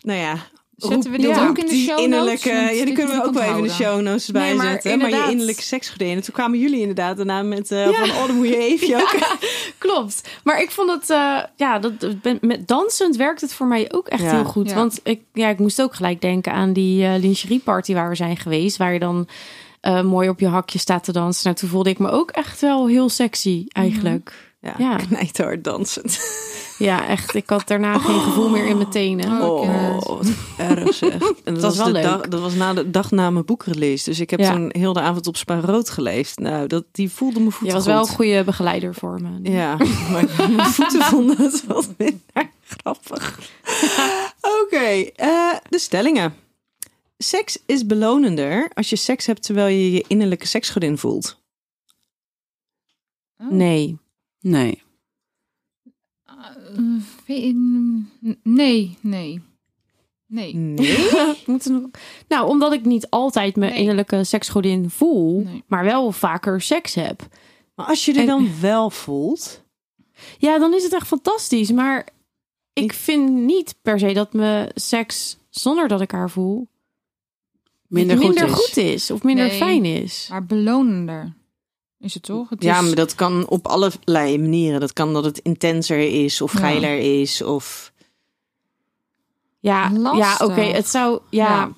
Nou ja,
Zetten we
roep-
dit
roep
ook in de
die
show notes?
innerlijke,
Want
Ja,
dit
die kunnen we
moet
ook
ik
wel even in de
onthouden.
show notes erbij
Nee, maar
zetten. Maar je
inderdaad.
innerlijke seksgordijnen. Toen kwamen jullie inderdaad daarna met eh, van... oh, dan moet je even ook.
Klopt. Maar ik vond het, eh, ja, dat, dat ben- met dansend werkt het voor mij ook echt
Ja.
heel goed.
Ja.
Want ik, ja, ik moest ook gelijk denken aan die eh, lingerieparty waar we zijn geweest. Waar je dan eh, mooi op je hakje staat te dansen. Nou, toen voelde ik me ook echt wel heel sexy eigenlijk.
Ja,
Ja.
knijterhard dansend.
Ja, echt. Ik had daarna geen gevoel meer in mijn tenen.
Oh,
Oh,
Kenneth.
wat erg zeg. En dat, was
wel
de
leuk.
Dag, dat was na de dag na mijn boekrelease. Dus ik heb
Ja.
toen heel de avond op Spa Rood geleefd. Nou, dat, die voelde mijn
Je
voeten
was wel een
goed.
goede begeleider voor me.
Ja, maar mijn voeten vonden het wat minder grappig. Oké, eh, de stellingen. Seks is belonender als je seks hebt terwijl je je innerlijke seksgodin voelt.
Nee.
Nee.
Eh, weet- n- nee, nee. Nee.
Nee?
Moeten nog- Nou, omdat ik niet altijd mijn
Nee.
innerlijke seksgodin voel,
Nee.
maar wel vaker seks heb.
Maar als je er
En-
dan wel voelt...
Ja, dan is het echt fantastisch. Maar ik vind niet per se dat mijn seks zonder dat ik haar voel
Minder,
minder
goed, is.
goed is of minder
Nee.
fijn is.
Maar belonender is het toch? Het
Ja,
is-
maar dat kan op allerlei manieren. Dat kan dat het intenser is of
Ja.
geiler is of...
Ja, ja,
Lastig.
oké. het zou, ja,
Ja.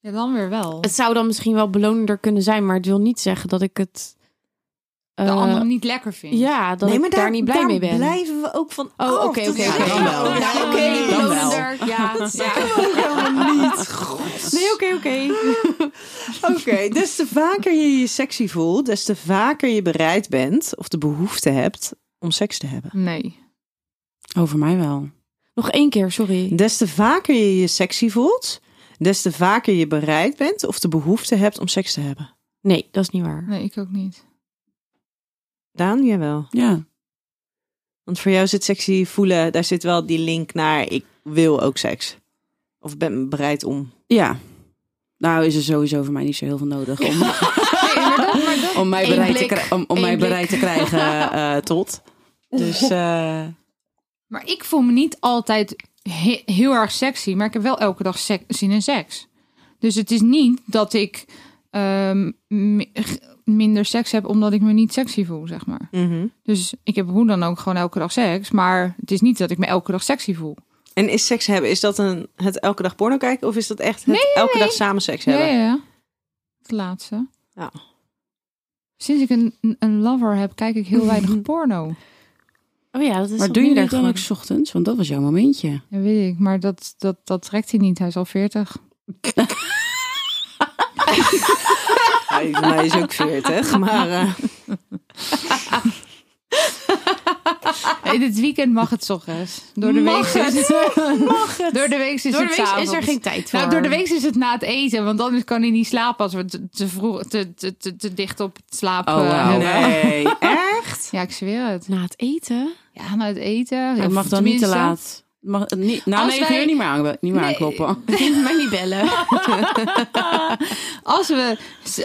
Ja, dan weer wel.
het zou dan misschien wel belonender kunnen zijn, maar het wil niet zeggen dat ik het.
de
eh,
ander niet lekker vindt.
ja, dat ik daar, niet blij
daar
mee ben.
blijven we ook van
Oh,
af.
oké,
Dat
oké,
is
oké.
echt
Dan wel.
zo.
Ja,
Ja,
oké,
oké,
dan
dan wel.
wel. Ja, dat
Niet.
Nee, oké, oké.
Oké, des te vaker je je sexy voelt, des te vaker je bereid bent of de behoefte hebt om seks te hebben.
Nee.
Over mij wel.
Nog één keer, sorry.
Des te vaker je je sexy voelt, des te vaker je bereid bent of de behoefte hebt om seks te hebben.
Nee, dat is niet waar.
Nee, ik ook niet.
Daan, jij wel.
Ja.
Want voor jou zit sexy voelen, daar zit wel die link naar ik wil ook seks. Of ben bereid om.
Ja. Nou is er sowieso voor mij niet zo heel veel nodig om,
Nee, maar dat, maar dat-
om mij,
Eén
bereid te,
blik.
krij- om, om mij
Eén blik.
bereid te krijgen eh, tot. Dus eh,
Maar ik voel me niet altijd he- heel erg sexy, maar ik heb wel elke dag sek- zin in seks. Dus het is niet dat ik ehm, mi- g- minder seks heb omdat ik me niet sexy voel, zeg maar.
Mhm.
Dus ik heb hoe dan ook gewoon elke dag seks, maar het is niet dat ik me elke dag sexy voel.
En is seks hebben, is dat een, het elke dag porno kijken of is dat echt het elke dag samen seks
Ja,
hebben?
ja, ja. Het laatste.
Ja.
Sinds ik een, een lover heb, kijk ik heel weinig porno.
Oh ja, dat is.
maar
op
doe je
minder
dat dan ook
gewoon.
's ochtends? Want dat was jouw momentje.
Dat weet ik, maar dat, dat, dat trekt hij niet. Hij is al 40.
Hij voor mij is ook 40, maar eh,
In het weekend mag het 's ochtends. Door de
Mag
week
het?
Door de week is,
Door de week
het
is
s'avonds.
er geen tijd voor.
Nou, door de week is het na het eten, want anders kan hij niet slapen als we te, te vroeg, te, te, te, te dicht op het slapen
Oh, wauw.
hebben.
nee, echt?
Ja, ik zweer het.
Na het eten?
Ja, na het eten.
Het
Of
mag dan niet te
tenminste-
laat. Het Mag, het niet, nou,
Als
nee, ik
wij-
wil je niet meer, aan, niet meer
Nee.
aankloppen.
maar niet bellen.
Als we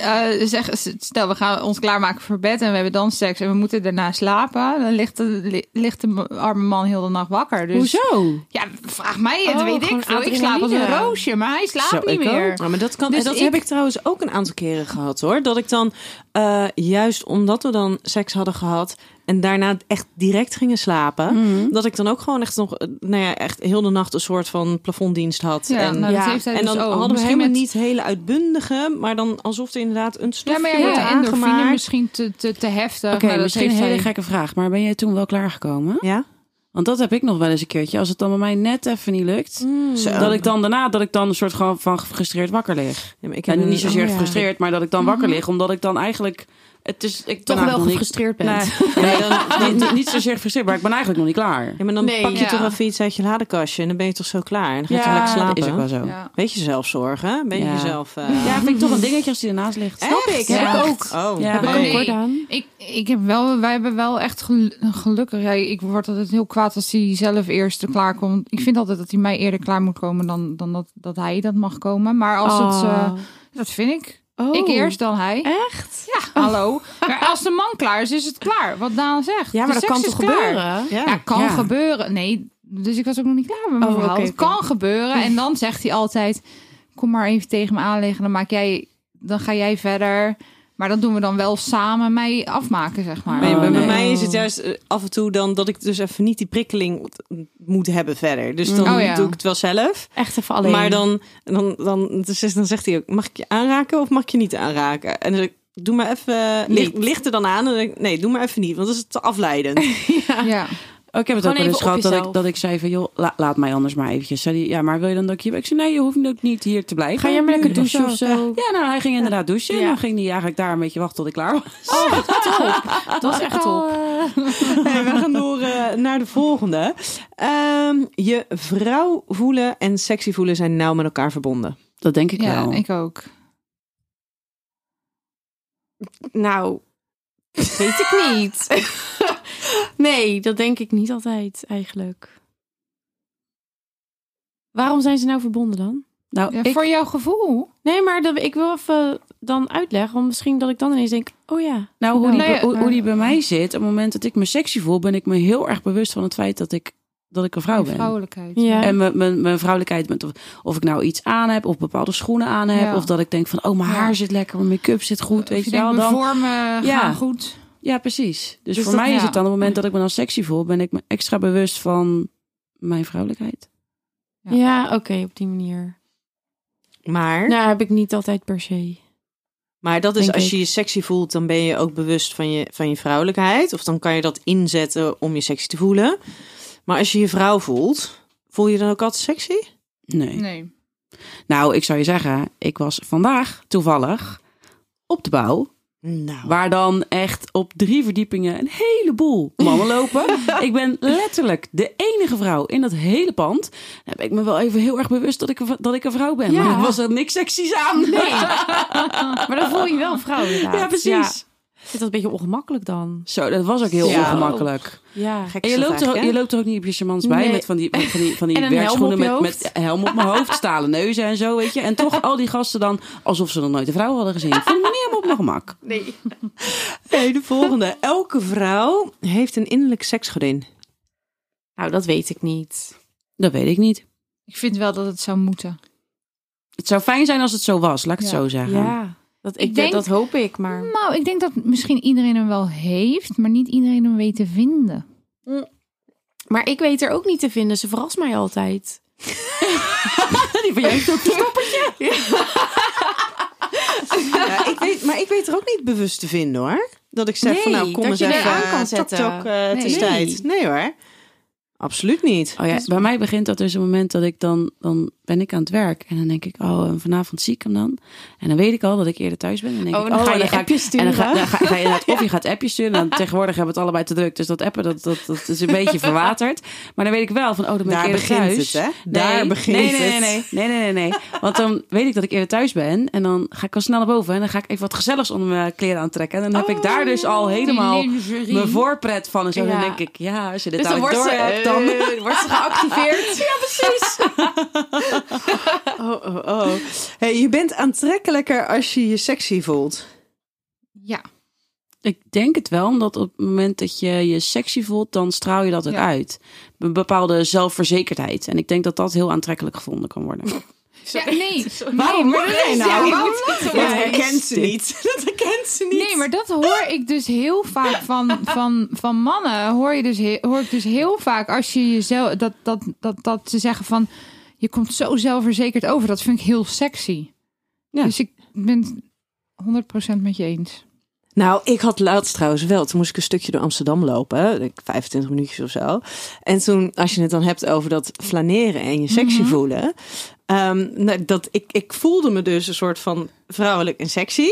eh, zeggen, stel we gaan ons klaarmaken voor bed en we hebben dan seks en we moeten daarna slapen, dan ligt de, li- ligt de arme man heel de nacht wakker. Dus,
Hoezo?
Ja, vraag mij het,
Oh,
weet
gewoon
ik veel. Ik slaap als een
adrenaline.
roosje, maar hij slaapt
Zo,
niet
ik ook.
meer.
Ja, maar dat kan,
Dus
en dat
ik-
heb ik trouwens ook een aantal keren gehad hoor. Dat ik dan, eh, juist omdat we dan seks hadden gehad en daarna echt direct gingen slapen,
Mhm.
dat ik dan ook gewoon echt nog, eh, nou ja, echt heel de nacht een soort van plafonddienst had.
Ja,
en
nou, dat
ja.
heeft hij
en
dus
dan
ook.
hadden we
Misschien
helemaal
met-
niet hele uitbundige, maar dan alsof er inderdaad een
Ja,
stofje
maar ja,
wordt
wordt de endorfine
aangemaakt.
misschien te, te, te heftig.
Oké,
maar Nou, dat
misschien een
geeft
hele
hij-
gekke vraag. Maar ben jij toen wel klaargekomen?
Ja?
Want dat heb ik nog wel eens een keertje. Als het dan bij mij net even niet lukt.
Mm. Hmm.
Zo.
Dat ik dan daarna, dat ik dan een soort gewoon van gefrustreerd wakker lig.
Ja, maar ik heb
En
een-
niet zozeer
oh ja.
gefrustreerd, maar dat ik dan wakker lig. Omdat ik dan eigenlijk het is, ik ben
Toch wel
eigenlijk nog niet-
gefrustreerd bent.
Nee, nee, dan, niet, niet zozeer gefrustreerd, maar ik ben eigenlijk nog niet klaar.
Ja, maar dan
Nee,
pak je
ja.
toch even iets uit je ladekastje en dan ben je toch zo klaar. En dan ga je toch lekker slapen.
dat is ook wel zo. Ja.
Ja.
Beetje zelfzorg, hè? Beetje
Ja.
jezelf... eh,
vind ik toch een dingetje als die ernaast ligt.
Snap ik,
Ja.
heb ik ook.
Ja.
Heb ik
Oh,
ook.
nee. Ik, ik heb wel, wij hebben wel echt gelu- gelukkig. Ja, ik word altijd heel kwaad als hij zelf eerst er klaar komt. Ik vind altijd dat hij mij eerder klaar moet komen dan, dan dat, dat hij dat mag komen. Maar als het, eh, dat vind ik. Ik eerst, dan hij.
Oh. eh, Echt?
Ja, hallo. Maar als de man klaar is, is het klaar. Wat Daan
Ja,
zegt. De
maar dat
seks
kan
is
toch
klaar.
gebeuren?
Ja.
Ja, kan
Ja.
gebeuren. Nee, dus ik was ook nog niet klaar met mijn
Oh,
verhaal.
oké,
het
oké.
kan gebeuren. En dan zegt hij altijd: kom maar even tegen me aanleggen. Dan maak jij, dan ga jij verder. Maar dat doen we dan wel samen mee afmaken, zeg maar.
Nee,
Oh,
bij, bij
nee.
mij is het juist eh, af en toe dan dat ik dus even niet die prikkeling moet hebben verder. Dus dan
Oh, ja.
doe ik het wel zelf.
Echt even alleen.
Maar dan, dan, dan, dus dan zegt hij ook, mag ik je aanraken of mag ik je niet aanraken? En dan zeg ik, doe maar even, licht, licht er dan aan. En dan denk ik, nee, doe maar even niet, want dat is te afleidend.
Ja.
Oh, ik heb het
Gewoon
ook wel eens
even
gehad
op
dat ik,
jezelf.
dat ik zei van... joh, la- laat mij anders maar eventjes. Zei die, ja, maar wil je dan dat ik hier... Ik zei, nee, je hoeft ook niet hier te blijven.
Ga jij maar lekker
Ja.
douchen of zo?
Ja, nou, hij ging inderdaad douchen. En
Ja. Oh,
dan ging hij eigenlijk daar een beetje wachten tot ik klaar was.
Dat was echt top.
Hey, we gaan door eh, naar de volgende. Ehm, je vrouw voelen en sexy voelen zijn nauw met elkaar verbonden.
Dat denk ik
ja,
wel.
ik ook.
Nou, weet ik niet. nee, dat denk ik niet altijd eigenlijk. Waarom zijn ze nou verbonden dan?
nou,
Ja,
ik,
Voor jouw gevoel.
Nee, maar dat, ik wil even dan uitleggen. Want misschien dat ik dan ineens denk, oh ja.
nou hoe,
Nou,
die,
nee,
bij- hoe,
maar-
hoe die bij mij zit... op het moment dat ik me sexy voel... ben ik me heel erg bewust van het feit dat ik, dat ik een vrouw
Je
ben.
vrouwelijkheid.
Ja.
En mijn- mijn mijn vrouwelijkheid, met of, of ik nou iets aan heb, of bepaalde schoenen aan heb,
Ja.
of dat ik denk van, oh, mijn
Ja.
haar zit lekker, mijn make-up zit goed,
Of
weet je
je denkt,
wel.
mijn
Dan,
vormen
Ja.
gaan goed.
Ja, precies. Dus,
Dus
voor
dat-
mij is
ja.
het dan op het moment dat ik me dan sexy voel, ben ik me extra bewust van mijn vrouwelijkheid.
Ja.
ja, oké, op die manier.
Maar,
Nou, heb ik niet altijd per se.
maar dat is
denk
als
ik.
je je sexy voelt, dan ben je ook bewust van je, van je vrouwelijkheid. Of dan kan je dat inzetten om je sexy te voelen. Maar als je je vrouw voelt, voel je dan ook altijd sexy?
Nee.
Nee.
Nou, ik zou je zeggen, ik was vandaag toevallig op de bouw,
Nou.
waar dan echt op drie verdiepingen een heleboel mannen lopen. ik ben letterlijk de enige vrouw in dat hele pand. Dan ben ik me wel even heel erg bewust dat ik, een v- dat ik een vrouw ben.
Ja.
Maar er was er niks seksies aan.
Nee. maar dan voel je wel een vrouw inderdaad.
Ja, precies.
Ik vind dat een beetje ongemakkelijk dan.
Zo, dat was ook heel
Ja.
ongemakkelijk.
Ja.
Gek
En
is
je
dat
loopt, er ook, je
eigenlijk,
loopt er ook niet op je chamans bij
Nee.
met van die, met van die, van
En
die
een helm
werkschoenen
op je
met, met helm op mijn hoofd, stalen neuzen en zo, weet je. En toch al die gasten dan alsof ze nog nooit een vrouw hadden gezien. Ik voel me niet helemaal op mijn gemak.
hè? Hey, de volgende. Elke vrouw heeft een innerlijk seksgodin.
Nou, dat weet ik niet.
Dat weet ik niet.
Ik vind wel dat het zou moeten.
Het zou fijn zijn als het zo was, laat ik het
Ja.
zo zeggen.
Ja. Dat, ik, Mm.
Ik denk-
dat hoop ik, maar...
Nou, ik denk dat misschien iedereen hem wel heeft, maar niet iedereen hem weet te vinden.
Maar ik weet er ook niet te vinden. Ze verrast mij altijd.
Die van jou heeft ook
Ja, ik weet, maar ik weet er ook niet bewust te vinden hoor. Dat ik zeg van
Nee,
nou kom
dat
eens
je
even
er aan kan
eh,
zetten.
tok, tok, eh, het is
Nee.
tijd. Nee hoor. Absoluut niet.
Oh ja, bij mij begint dat dus op het moment dat ik dan, dan ben ik aan het werk. En dan denk ik, oh, en vanavond zie ik hem dan. En dan weet ik al dat ik eerder thuis ben. En dan denk
Oh,
ik,
dan
oh,
ga
en
je
ik-
appjes
En dan ga,
sturen.
dan ga, ga je inderdaad- of je gaat appjes sturen. En dan tegenwoordig hebben we het allebei te druk. Dus dat appen, dat, dat, dat is een beetje verwaterd. Maar dan weet ik wel van, oh, dan ben
Daar
ik eerder
begint
thuis.
het, hè? Daar begint
nee, nee, nee,
het.
nee, nee, nee, nee, nee. Want dan weet ik dat ik eerder thuis ben. En dan ga ik al snel naar boven. En dan ga ik even wat gezelligs onder mijn kleren aantrekken. En dan heb ik daar dus al helemaal
lingerie.
mijn voorpret van. En zo dan
Ja.
denk ik, ja, als je dit
Dus dan
dadelijk
wordt
door
ze,
hebt, dan...
eh, wordt ze geactiveerd. ja, precies.
Oh, oh, oh. Hey, je bent aantrekkelijker als je je sexy voelt.
Ja.
Ik denk het wel, omdat op het moment dat je je sexy voelt, dan straal je dat ook
Ja.
uit. Een bepaalde zelfverzekerdheid. En ik denk dat dat heel
Ja, nee.
Waarom
nee, maar
lach
dat
jij
is-
nou?
ja,
Ik
waarom lachen wij?
herkent ze niet. Dat herkent ze niet.
Nee, maar dat hoor ik dus heel vaak van, van, van mannen. Hoor, je dus, he- hoor ik dus heel vaak als je jezelf. Dat, dat, dat, dat ze zeggen van. Je komt zo zelfverzekerd over. Dat vind ik heel sexy.
Ja.
Dus ik ben het 100% met je eens.
Nou, ik had laatst trouwens wel. Toen moest ik een stukje door Amsterdam lopen. denk 25 minuutjes of zo. En toen, als je het dan hebt over dat flaneren en je sexy
Mhm.
voelen. ehm, nou, dat, ik, ik voelde me dus een soort van vrouwelijk en sexy.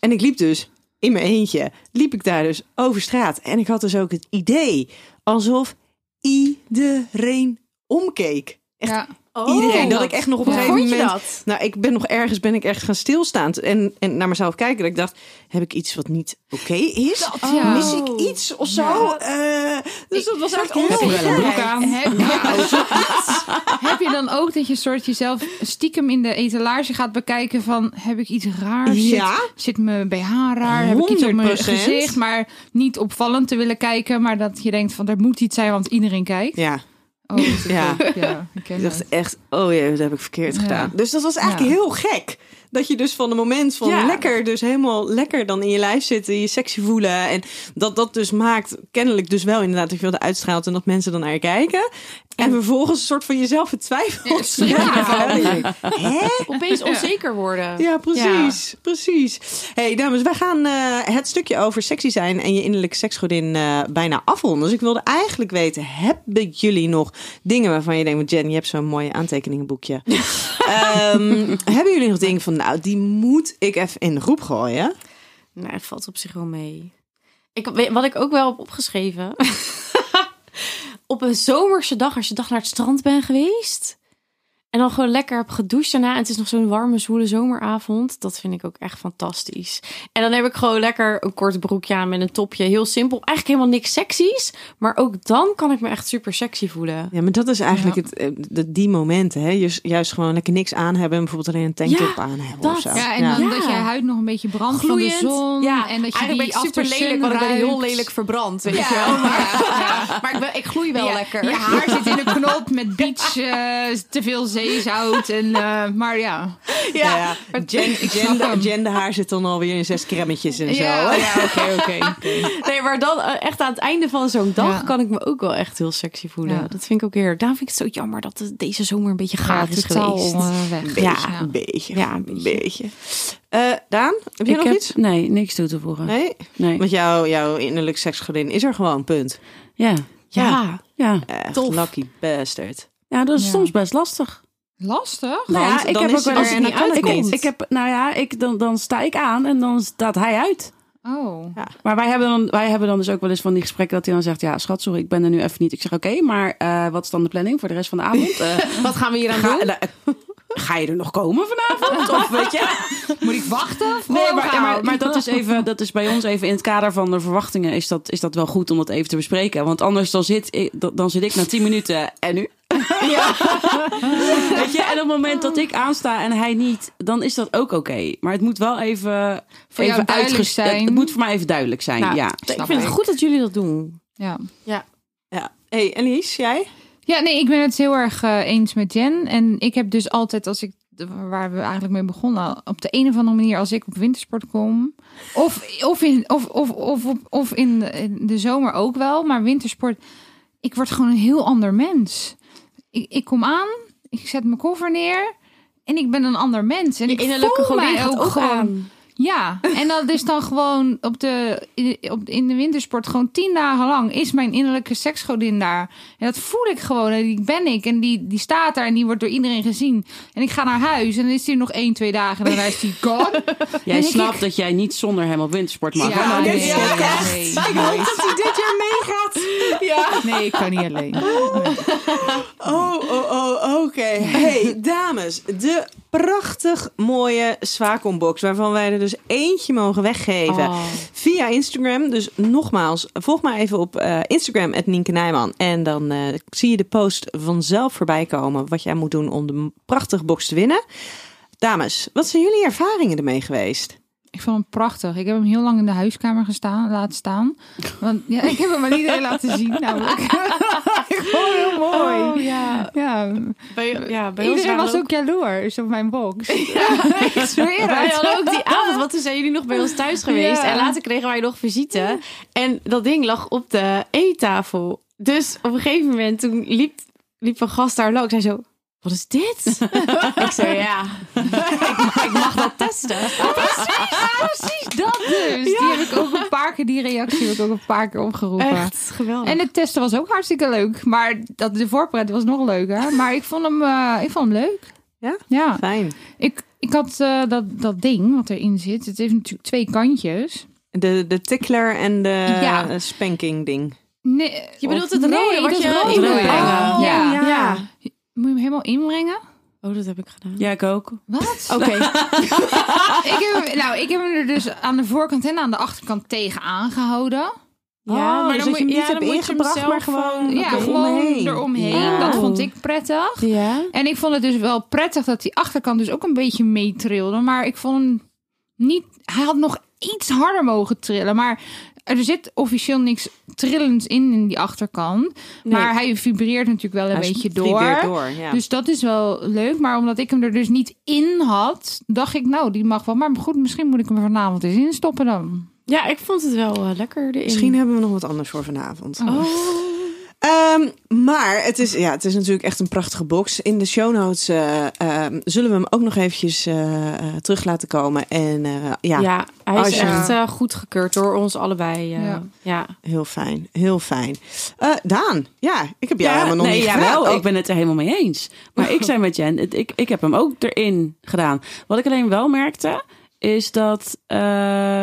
En ik liep dus in mijn eentje liep ik daar dus over straat. En ik had dus ook het idee alsof iedereen omkeek. Echt
Ja.
iedereen. Dat ik echt nog op een
Ja.
gegeven
Oh, Vond je
moment...
dat?
Nou, ik ben nog ergens ben ik echt gaan stilstaan en, en naar mezelf kijken. Dat ik dacht, heb ik iets wat niet oké is?
ja.
Mis ik iets of zo? Eh, dus dat was echt
Heb je wel een broek
ongeveer.
aan?
Heb, ja, heb je dan ook dat je soort jezelf stiekem in de etalage gaat bekijken van heb ik iets raars?
Ja.
Zit, zit mijn BH raar? Heb ik iets op mijn
100%.
gezicht? Maar niet opvallend te willen kijken, maar dat je denkt van er moet iets zijn, want iedereen kijkt.
Ja,
Oh, dat is het
Ja.
ook. ja ik ken
ik
het.
dacht echt, oh jee, dat heb ik verkeerd
Ja.
gedaan. Dus dat was eigenlijk
Ja.
heel gek. Dat je dus van het moment van
Ja.
lekker, dus helemaal lekker dan in je lijf zitten, je sexy voelen. En dat dat dus maakt kennelijk dus wel inderdaad dat je wilde uitstraalt en dat mensen dan naar je kijken. En vervolgens een soort van jezelf in twijfel. Ja, Hè?
Opeens onzeker worden.
Ja, precies. Precies. hey, dames, wij gaan eh, het stukje over sexy zijn en je innerlijke seksgodin eh, bijna afronden. Dus ik wilde eigenlijk weten, hebben jullie nog dingen waarvan je denkt, Jen, je hebt zo'n mooie aantekeningenboekje. Ehm, hebben jullie nog dingen van, nou, die moet ik even in de groep gooien?
Nou, het valt op zich wel mee. Ik, weet- wat ik ook wel heb opgeschreven. op een zomerse dag, als je dag naar het strand bent geweest. En dan gewoon lekker heb gedoucht daarna. En het is nog zo'n warme, zwoele zomeravond. Dat vind ik ook echt fantastisch. En dan heb ik gewoon lekker een kort broekje aan met een topje. Heel simpel. Eigenlijk helemaal niks seksies. Maar ook dan kan ik me echt super sexy voelen.
Ja, maar dat is eigenlijk het, eh, de, die momenten, hè? Juist, juist gewoon lekker niks aan hebben, bijvoorbeeld alleen een tanktop
Ja,
aan hebben
dat.
of zo.
Ja, en dan
Ja.
dat je huid nog een beetje brandt
Gloeiend.
van de zon.
ja.
En dat je
Eigenlijk
die
ben ik super
aftersun
lelijk, want ik ben heel
ruikt.
lelijk verbrand. Weet
Ja.
je wel. Maar, maar ik, ben, ik gloei wel
Ja,
lekker.
Je haar zit in een knop met beach, eh, te veel zeezout. En, eh, maar ja.
Ja, ja. Jen, Jen,
snap hem.
Jen de haar zit dan alweer in zes kremmetjes en zo.
Ja,
hè?
ja, oké, oké.
Nee, maar dan eh, echt aan het einde van zo'n dag
Ja.
kan ik me ook wel echt heel sexy voelen.
Ja.
Dat vind ik ook heer. Daarom vind ik het zo jammer dat het deze zomer een beetje
Ja,
gaar is
totaal,
geweest.
eh, weg.
Ja.
Dus,
Een beetje.
Ja,
een
een
beetje. Eh, Daan, heb je
Ik
nog
heb-
iets?
Nee, niks toe te voegen.
Nee?
Nee.
Want jouw, jouw innerlijk seksgodin is er gewoon, punt.
Ja,
Ja.
ja.
Echt,
Tof.
lucky bastard.
ja, dat is
Ja.
soms best lastig.
Lastig.
Want
Nou ja,
Nou dan is het
wel
er
eens-
en dan
kan het
ik,
niet.
ik heb, nou ja, ik, dan, dan sta ik aan en dan staat hij uit.
Oh.
Maar wij hebben, dan, wij hebben dan dus ook wel eens van die gesprekken dat hij dan zegt: Ja, schat, sorry, ik ben er nu even niet. Ik zeg: Oké, maar eh, wat is dan de planning voor de rest van de avond? Eh,
Wat gaan we hier aan
ga,
doen?
eh,
nou, ga je er nog komen vanavond? Of weet je?
Moet ik wachten? Of
Nee,
gewoon
maar,
gaan?
maar, maar dat, is even, dat is bij ons even in het kader van de verwachtingen. Is dat, is dat wel goed om dat even te bespreken? Want anders dan zit ik, dan- dan zit ik na 10 minuten en nu. Weet je, en op het moment dat ik aansta en hij niet, dan is dat ook oké. Maar het moet wel even,
Voor jou
even
duidelijk
uitges-
zijn.
Het, het moet voor mij even duidelijk zijn.
Nou,
ja.
Ik
Snap
vind het
ik.
goed dat jullie dat doen.
Ja.
Ja. hey, Elise, jij?
Ja, nee, ik ben het heel erg eh, eens met Jen. En ik heb dus altijd, als ik, waar we eigenlijk mee begonnen, op de een of andere manier, als ik op wintersport kom, of, of, in, of, of, of, of, of in, de, in de zomer ook wel, maar wintersport, ik word gewoon een heel ander mens. Ik, ik kom aan, ik zet mijn koffer neer en ik ben een ander mens. En
Je
ik
innerlijke
voel
godin
mij
gaat
ook,
ook
gewoon.
aan.
Ja, en dat is dan gewoon op de, op, in de wintersport, gewoon tien dagen lang, is mijn innerlijke seksgodin daar. En dat voel ik gewoon. En die ben ik. En die, die staat daar en die wordt door iedereen gezien. En ik ga naar huis en dan is die nog één, twee dagen. En dan is die gone.
Jij
denk
snapt
ik-
dat jij niet zonder hem op wintersport mag. hè?
dit is
nee,
echt.
nee.
hoop dat hij dit jaar meegaat.
Nee, ik kan niet alleen.
Oh, oh, oh, oké. hey, dames. De prachtig mooie Swacombox, waarvan wij er dus eentje mogen weggeven.
Oh.
Via Instagram. Dus nogmaals, volg maar even op eh, Instagram, het Nienke Nijman. En dan eh, zie je de post vanzelf voorbij komen. Wat jij moet doen om de prachtige box te winnen. Dames, wat zijn jullie ervaringen ermee geweest?
Ik vond hem prachtig. Ik heb hem heel lang in de huiskamer gestaan, laten staan. Want ja, ik heb hem aan iedereen laten zien. Namelijk. Gewoon heel mooi.
Oh, ja.
Ja,
Bij, ja, bij ons waren
iedereen was
er
ook jaloers op mijn box. ik
Ja,
zweer
Wij
het.
hadden ook die avond, want toen zijn jullie nog bij ons thuis geweest.
Ja.
En later kregen wij nog visite. En dat ding lag op de eettafel. Dus op een gegeven moment, toen liep, liep een gast daar langs. Hij zo, wat is dit? ik zei, ja, ik, ik mag dat testen.
Precies dat dus. Die heb ik ook een paar keer, die reactie heb ik ook een paar keer opgeroepen.
Echt geweldig.
En het testen was ook hartstikke leuk. Maar dat, de voorpret was nog leuker. Maar ik vond hem, eh, ik vond hem leuk.
Ja?
Ja.
Fijn.
Ik, ik had eh, dat, dat ding wat erin zit. Het heeft natuurlijk twee kantjes.
De, de tickler en de
Ja.
eh, spanking ding.
Nee,
Je bedoelt
of-
het
nee,
rode, wat
dat
je
rode.
in moet
Oh,
brengen.
ja.
ja.
Moet je hem helemaal inbrengen?
Oh, dat heb ik gedaan.
Ja, ik ook.
Wat?
Oké.
ik heb, hem- nou, ik heb hem er dus aan de voorkant en aan de achterkant tegen aangehouden.
Oh,
maar
dus dat je hem
ja,
niet hebt
moet je hem
ingebracht,
zelf
maar gewoon-
Ja,
Oké.
gewoon
Eromheen.
eromheen.
Ja.
Dat vond ik prettig.
van- Ja.
En ik vond het dus wel prettig dat die achterkant dus ook een beetje meetrilde. Maar ik vond hem niet... Hij had nog iets harder mogen trillen. Maar er zit officieel niks trillends in, in die achterkant. Maar hij vibreert natuurlijk wel een
Hij
beetje
vliegt weer
door.
door ja.
Dus dat is wel leuk. Maar omdat ik hem er dus niet in had, dacht ik, nou, die mag wel. Maar goed, misschien moet ik hem er vanavond eens instoppen dan.
ja, ik vond het wel eh, lekker erin.
Misschien hebben we nog wat anders voor vanavond.
Oh.
Ehm, maar het is, ja, het is natuurlijk echt een prachtige box. In de show notes eh, ehm, zullen we hem ook nog eventjes eh, eh, terug laten komen. En eh, ja,
Ja. hij is
Als je-
echt eh, goedgekeurd door ons allebei. eh,
Ja.
ja.
heel fijn, heel fijn. Eh, Daan, ja, ik heb jou helemaal nog
nee,
niet
ja,
gevraagd.
wel.
Oh,
Ik ben het er helemaal mee eens. Maar ik zei met Jen, het- ik, ik heb hem ook erin gedaan. Wat ik alleen wel merkte, is dat eh,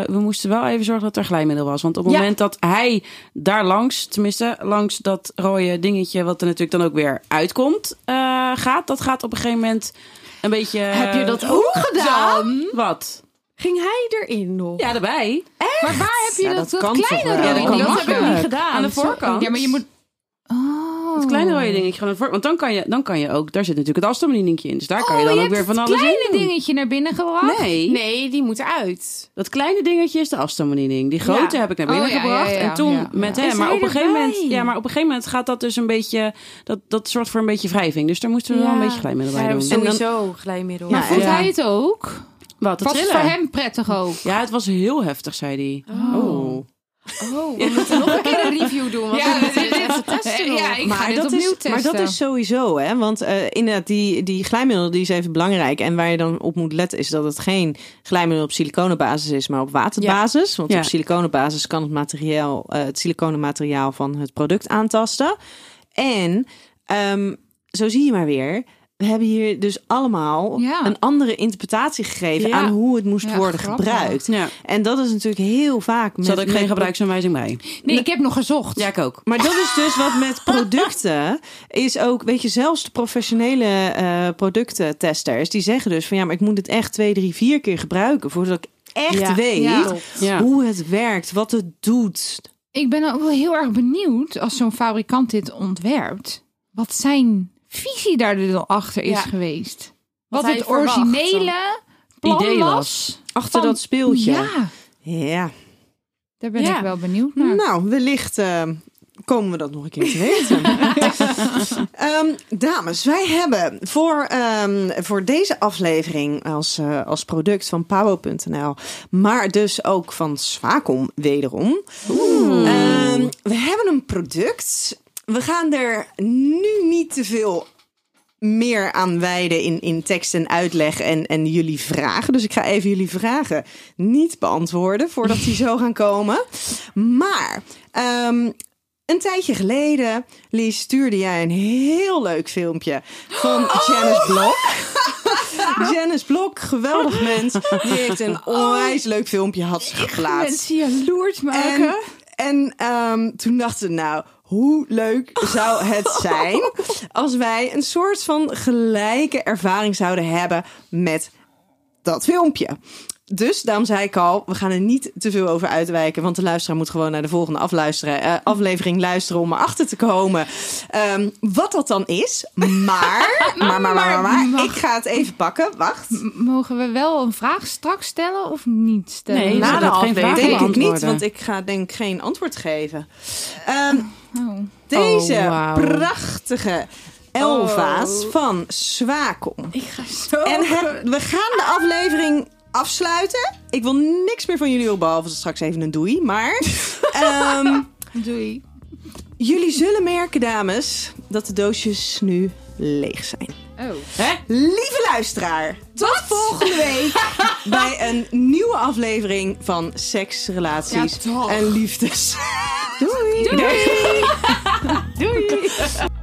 we moesten wel even zorgen dat er glijmiddel was. Want op het
Ja.
moment dat hij daar langs, tenminste langs dat rode dingetje... wat er natuurlijk dan ook weer uitkomt, eh, gaat. Dat gaat op een gegeven moment een beetje... eh,
Heb je dat ook gedaan?
Wat?
Ging hij erin nog?
Ja, daarbij.
Maar waar heb je
Ja,
dat,
dat
Oh, dat
kan toch
kleine
wel?
rode
Ja, dat
ding?
kan
heb ik
makkelijk.
niet gedaan.
Aan de voorkant.
Ja, maar je moet... Oh.
Het kleine rode dingetje. gewoon aan de voor- Want dan kan, je, dan kan je ook... Daar zit natuurlijk het afstandsbedieningetje in. Dus daar kan je
Oh,
dan ook
hebt
weer van
het
alles in
kleine
doen.
dingetje naar binnen gebracht?
Nee.
Nee, die moet eruit.
Dat kleine dingetje is de afstandsbediening. Die grote
Ja.
heb ik naar binnen
Oh, ja,
gebracht.
ja, ja, ja.
En toen
Ja, ja.
met
Is
hem. Maar
hij
op, een gegeven
erbij?
moment, ja, maar op een gegeven moment gaat dat dus een beetje... Dat, dat zorgt voor een beetje wrijving. Dus daar moesten we wel een beetje glijmiddel bij
Ja,
doen. En dan-
Sowieso glijmiddel.
Ja,
Maar vond
en-
hij het ook?
wat, het
Was het
trillen?
voor hem prettig ook?
Ja, het was heel heftig, zei hij. Oh.
Oh, we moeten nog een keer een review doen. Want
Ja,
we moeten dit
dit-
even testen nog.
Ja, ik ga dit
dat
opnieuw
is,
testen.
maar dat is sowieso, hè? Want eh, inderdaad, die, die glijmiddel die is even belangrijk. En waar je dan op moet letten is dat het geen glijmiddel op siliconenbasis is, maar op waterbasis. Want
Ja.
op siliconenbasis kan het materiaal, eh, het siliconen materiaal van het product aantasten. En ehm, zo zie je maar weer. We hebben hier dus allemaal
Ja.
een andere interpretatie gegeven
Ja.
aan hoe het moest
Ja,
worden
grappig.
gebruikt.
Ja.
En dat is natuurlijk heel vaak.
Ze
met-
hadden ook geen
met-
gebruiksaanwijzing bij.
Nee, ik heb nog gezocht.
Ja, ik ook.
maar dat is dus wat met producten is ook, weet je, zelfs de professionele eh productentesters, die zeggen dus van ja, maar ik moet het echt twee, drie, vier keer gebruiken voordat ik echt
Ja.
weet
Ja.
Ja.
hoe het werkt, wat het doet.
Ik ben ook wel heel erg benieuwd als zo'n fabrikant dit ontwerpt. Wat zijn visie daar dan achter is
Ja.
geweest.
Wat
Wat,
hij
het
verwacht
originele plan
Idee
was.
was.
Achter
Van-
dat speeltje.
Ja,
Ja.
daar ben
Ja.
ik wel benieuwd naar.
Nou, wellicht eh, komen we dat nog een keer te weten. Ehm, dames, wij hebben voor, ehm, voor deze aflevering als, eh, als product van Power.nl, maar dus ook van Swacom wederom. Ehm, we hebben een product. We gaan er nu niet te veel meer aan wijden in, in tekst en uitleg en, en jullie vragen. Dus ik ga even jullie vragen niet beantwoorden voordat die zo gaan komen. Maar ehm, een tijdje geleden, Lies, stuurde jij een heel leuk filmpje van Janice Blok. Janice Blok, geweldig mens. Die heeft een onwijs leuk filmpje had ze geplaatst.
Mensen jaloers
En, en ehm, toen dachten we, nou, hoe leuk zou het zijn als wij een soort van gelijke ervaring zouden hebben met dat filmpje. Dus daarom zei ik al, we gaan er niet te veel over uitwijken. Want de luisteraar moet gewoon naar de volgende afluisteren, eh, aflevering luisteren om erachter te komen ehm, wat dat dan is. Maar, maar, maar, maar, maar, maar, ik ga het even pakken. Wacht.
Mogen we wel een vraag straks stellen of niet stellen?
Nee,
na
ze
de
had geen
aflevering.
vragen
Denk ik niet,
beantwoorden.
want ik ga denk ik geen antwoord geven. Ehm,
Oh.
Deze
Oh, wauw.
prachtige Elva's van Swacom.
Oh. Ik ga zo...
En het- we gaan de aflevering afsluiten. Ik wil niks meer van jullie horen, behalve straks even een doei. Maar ehm,
Doei.
jullie zullen merken, dames, dat de doosjes nu leeg zijn.
Oh.
Lieve luisteraar, tot volgende week bij een nieuwe aflevering van Seks, Relaties en Liefdes. Doei!
Doei!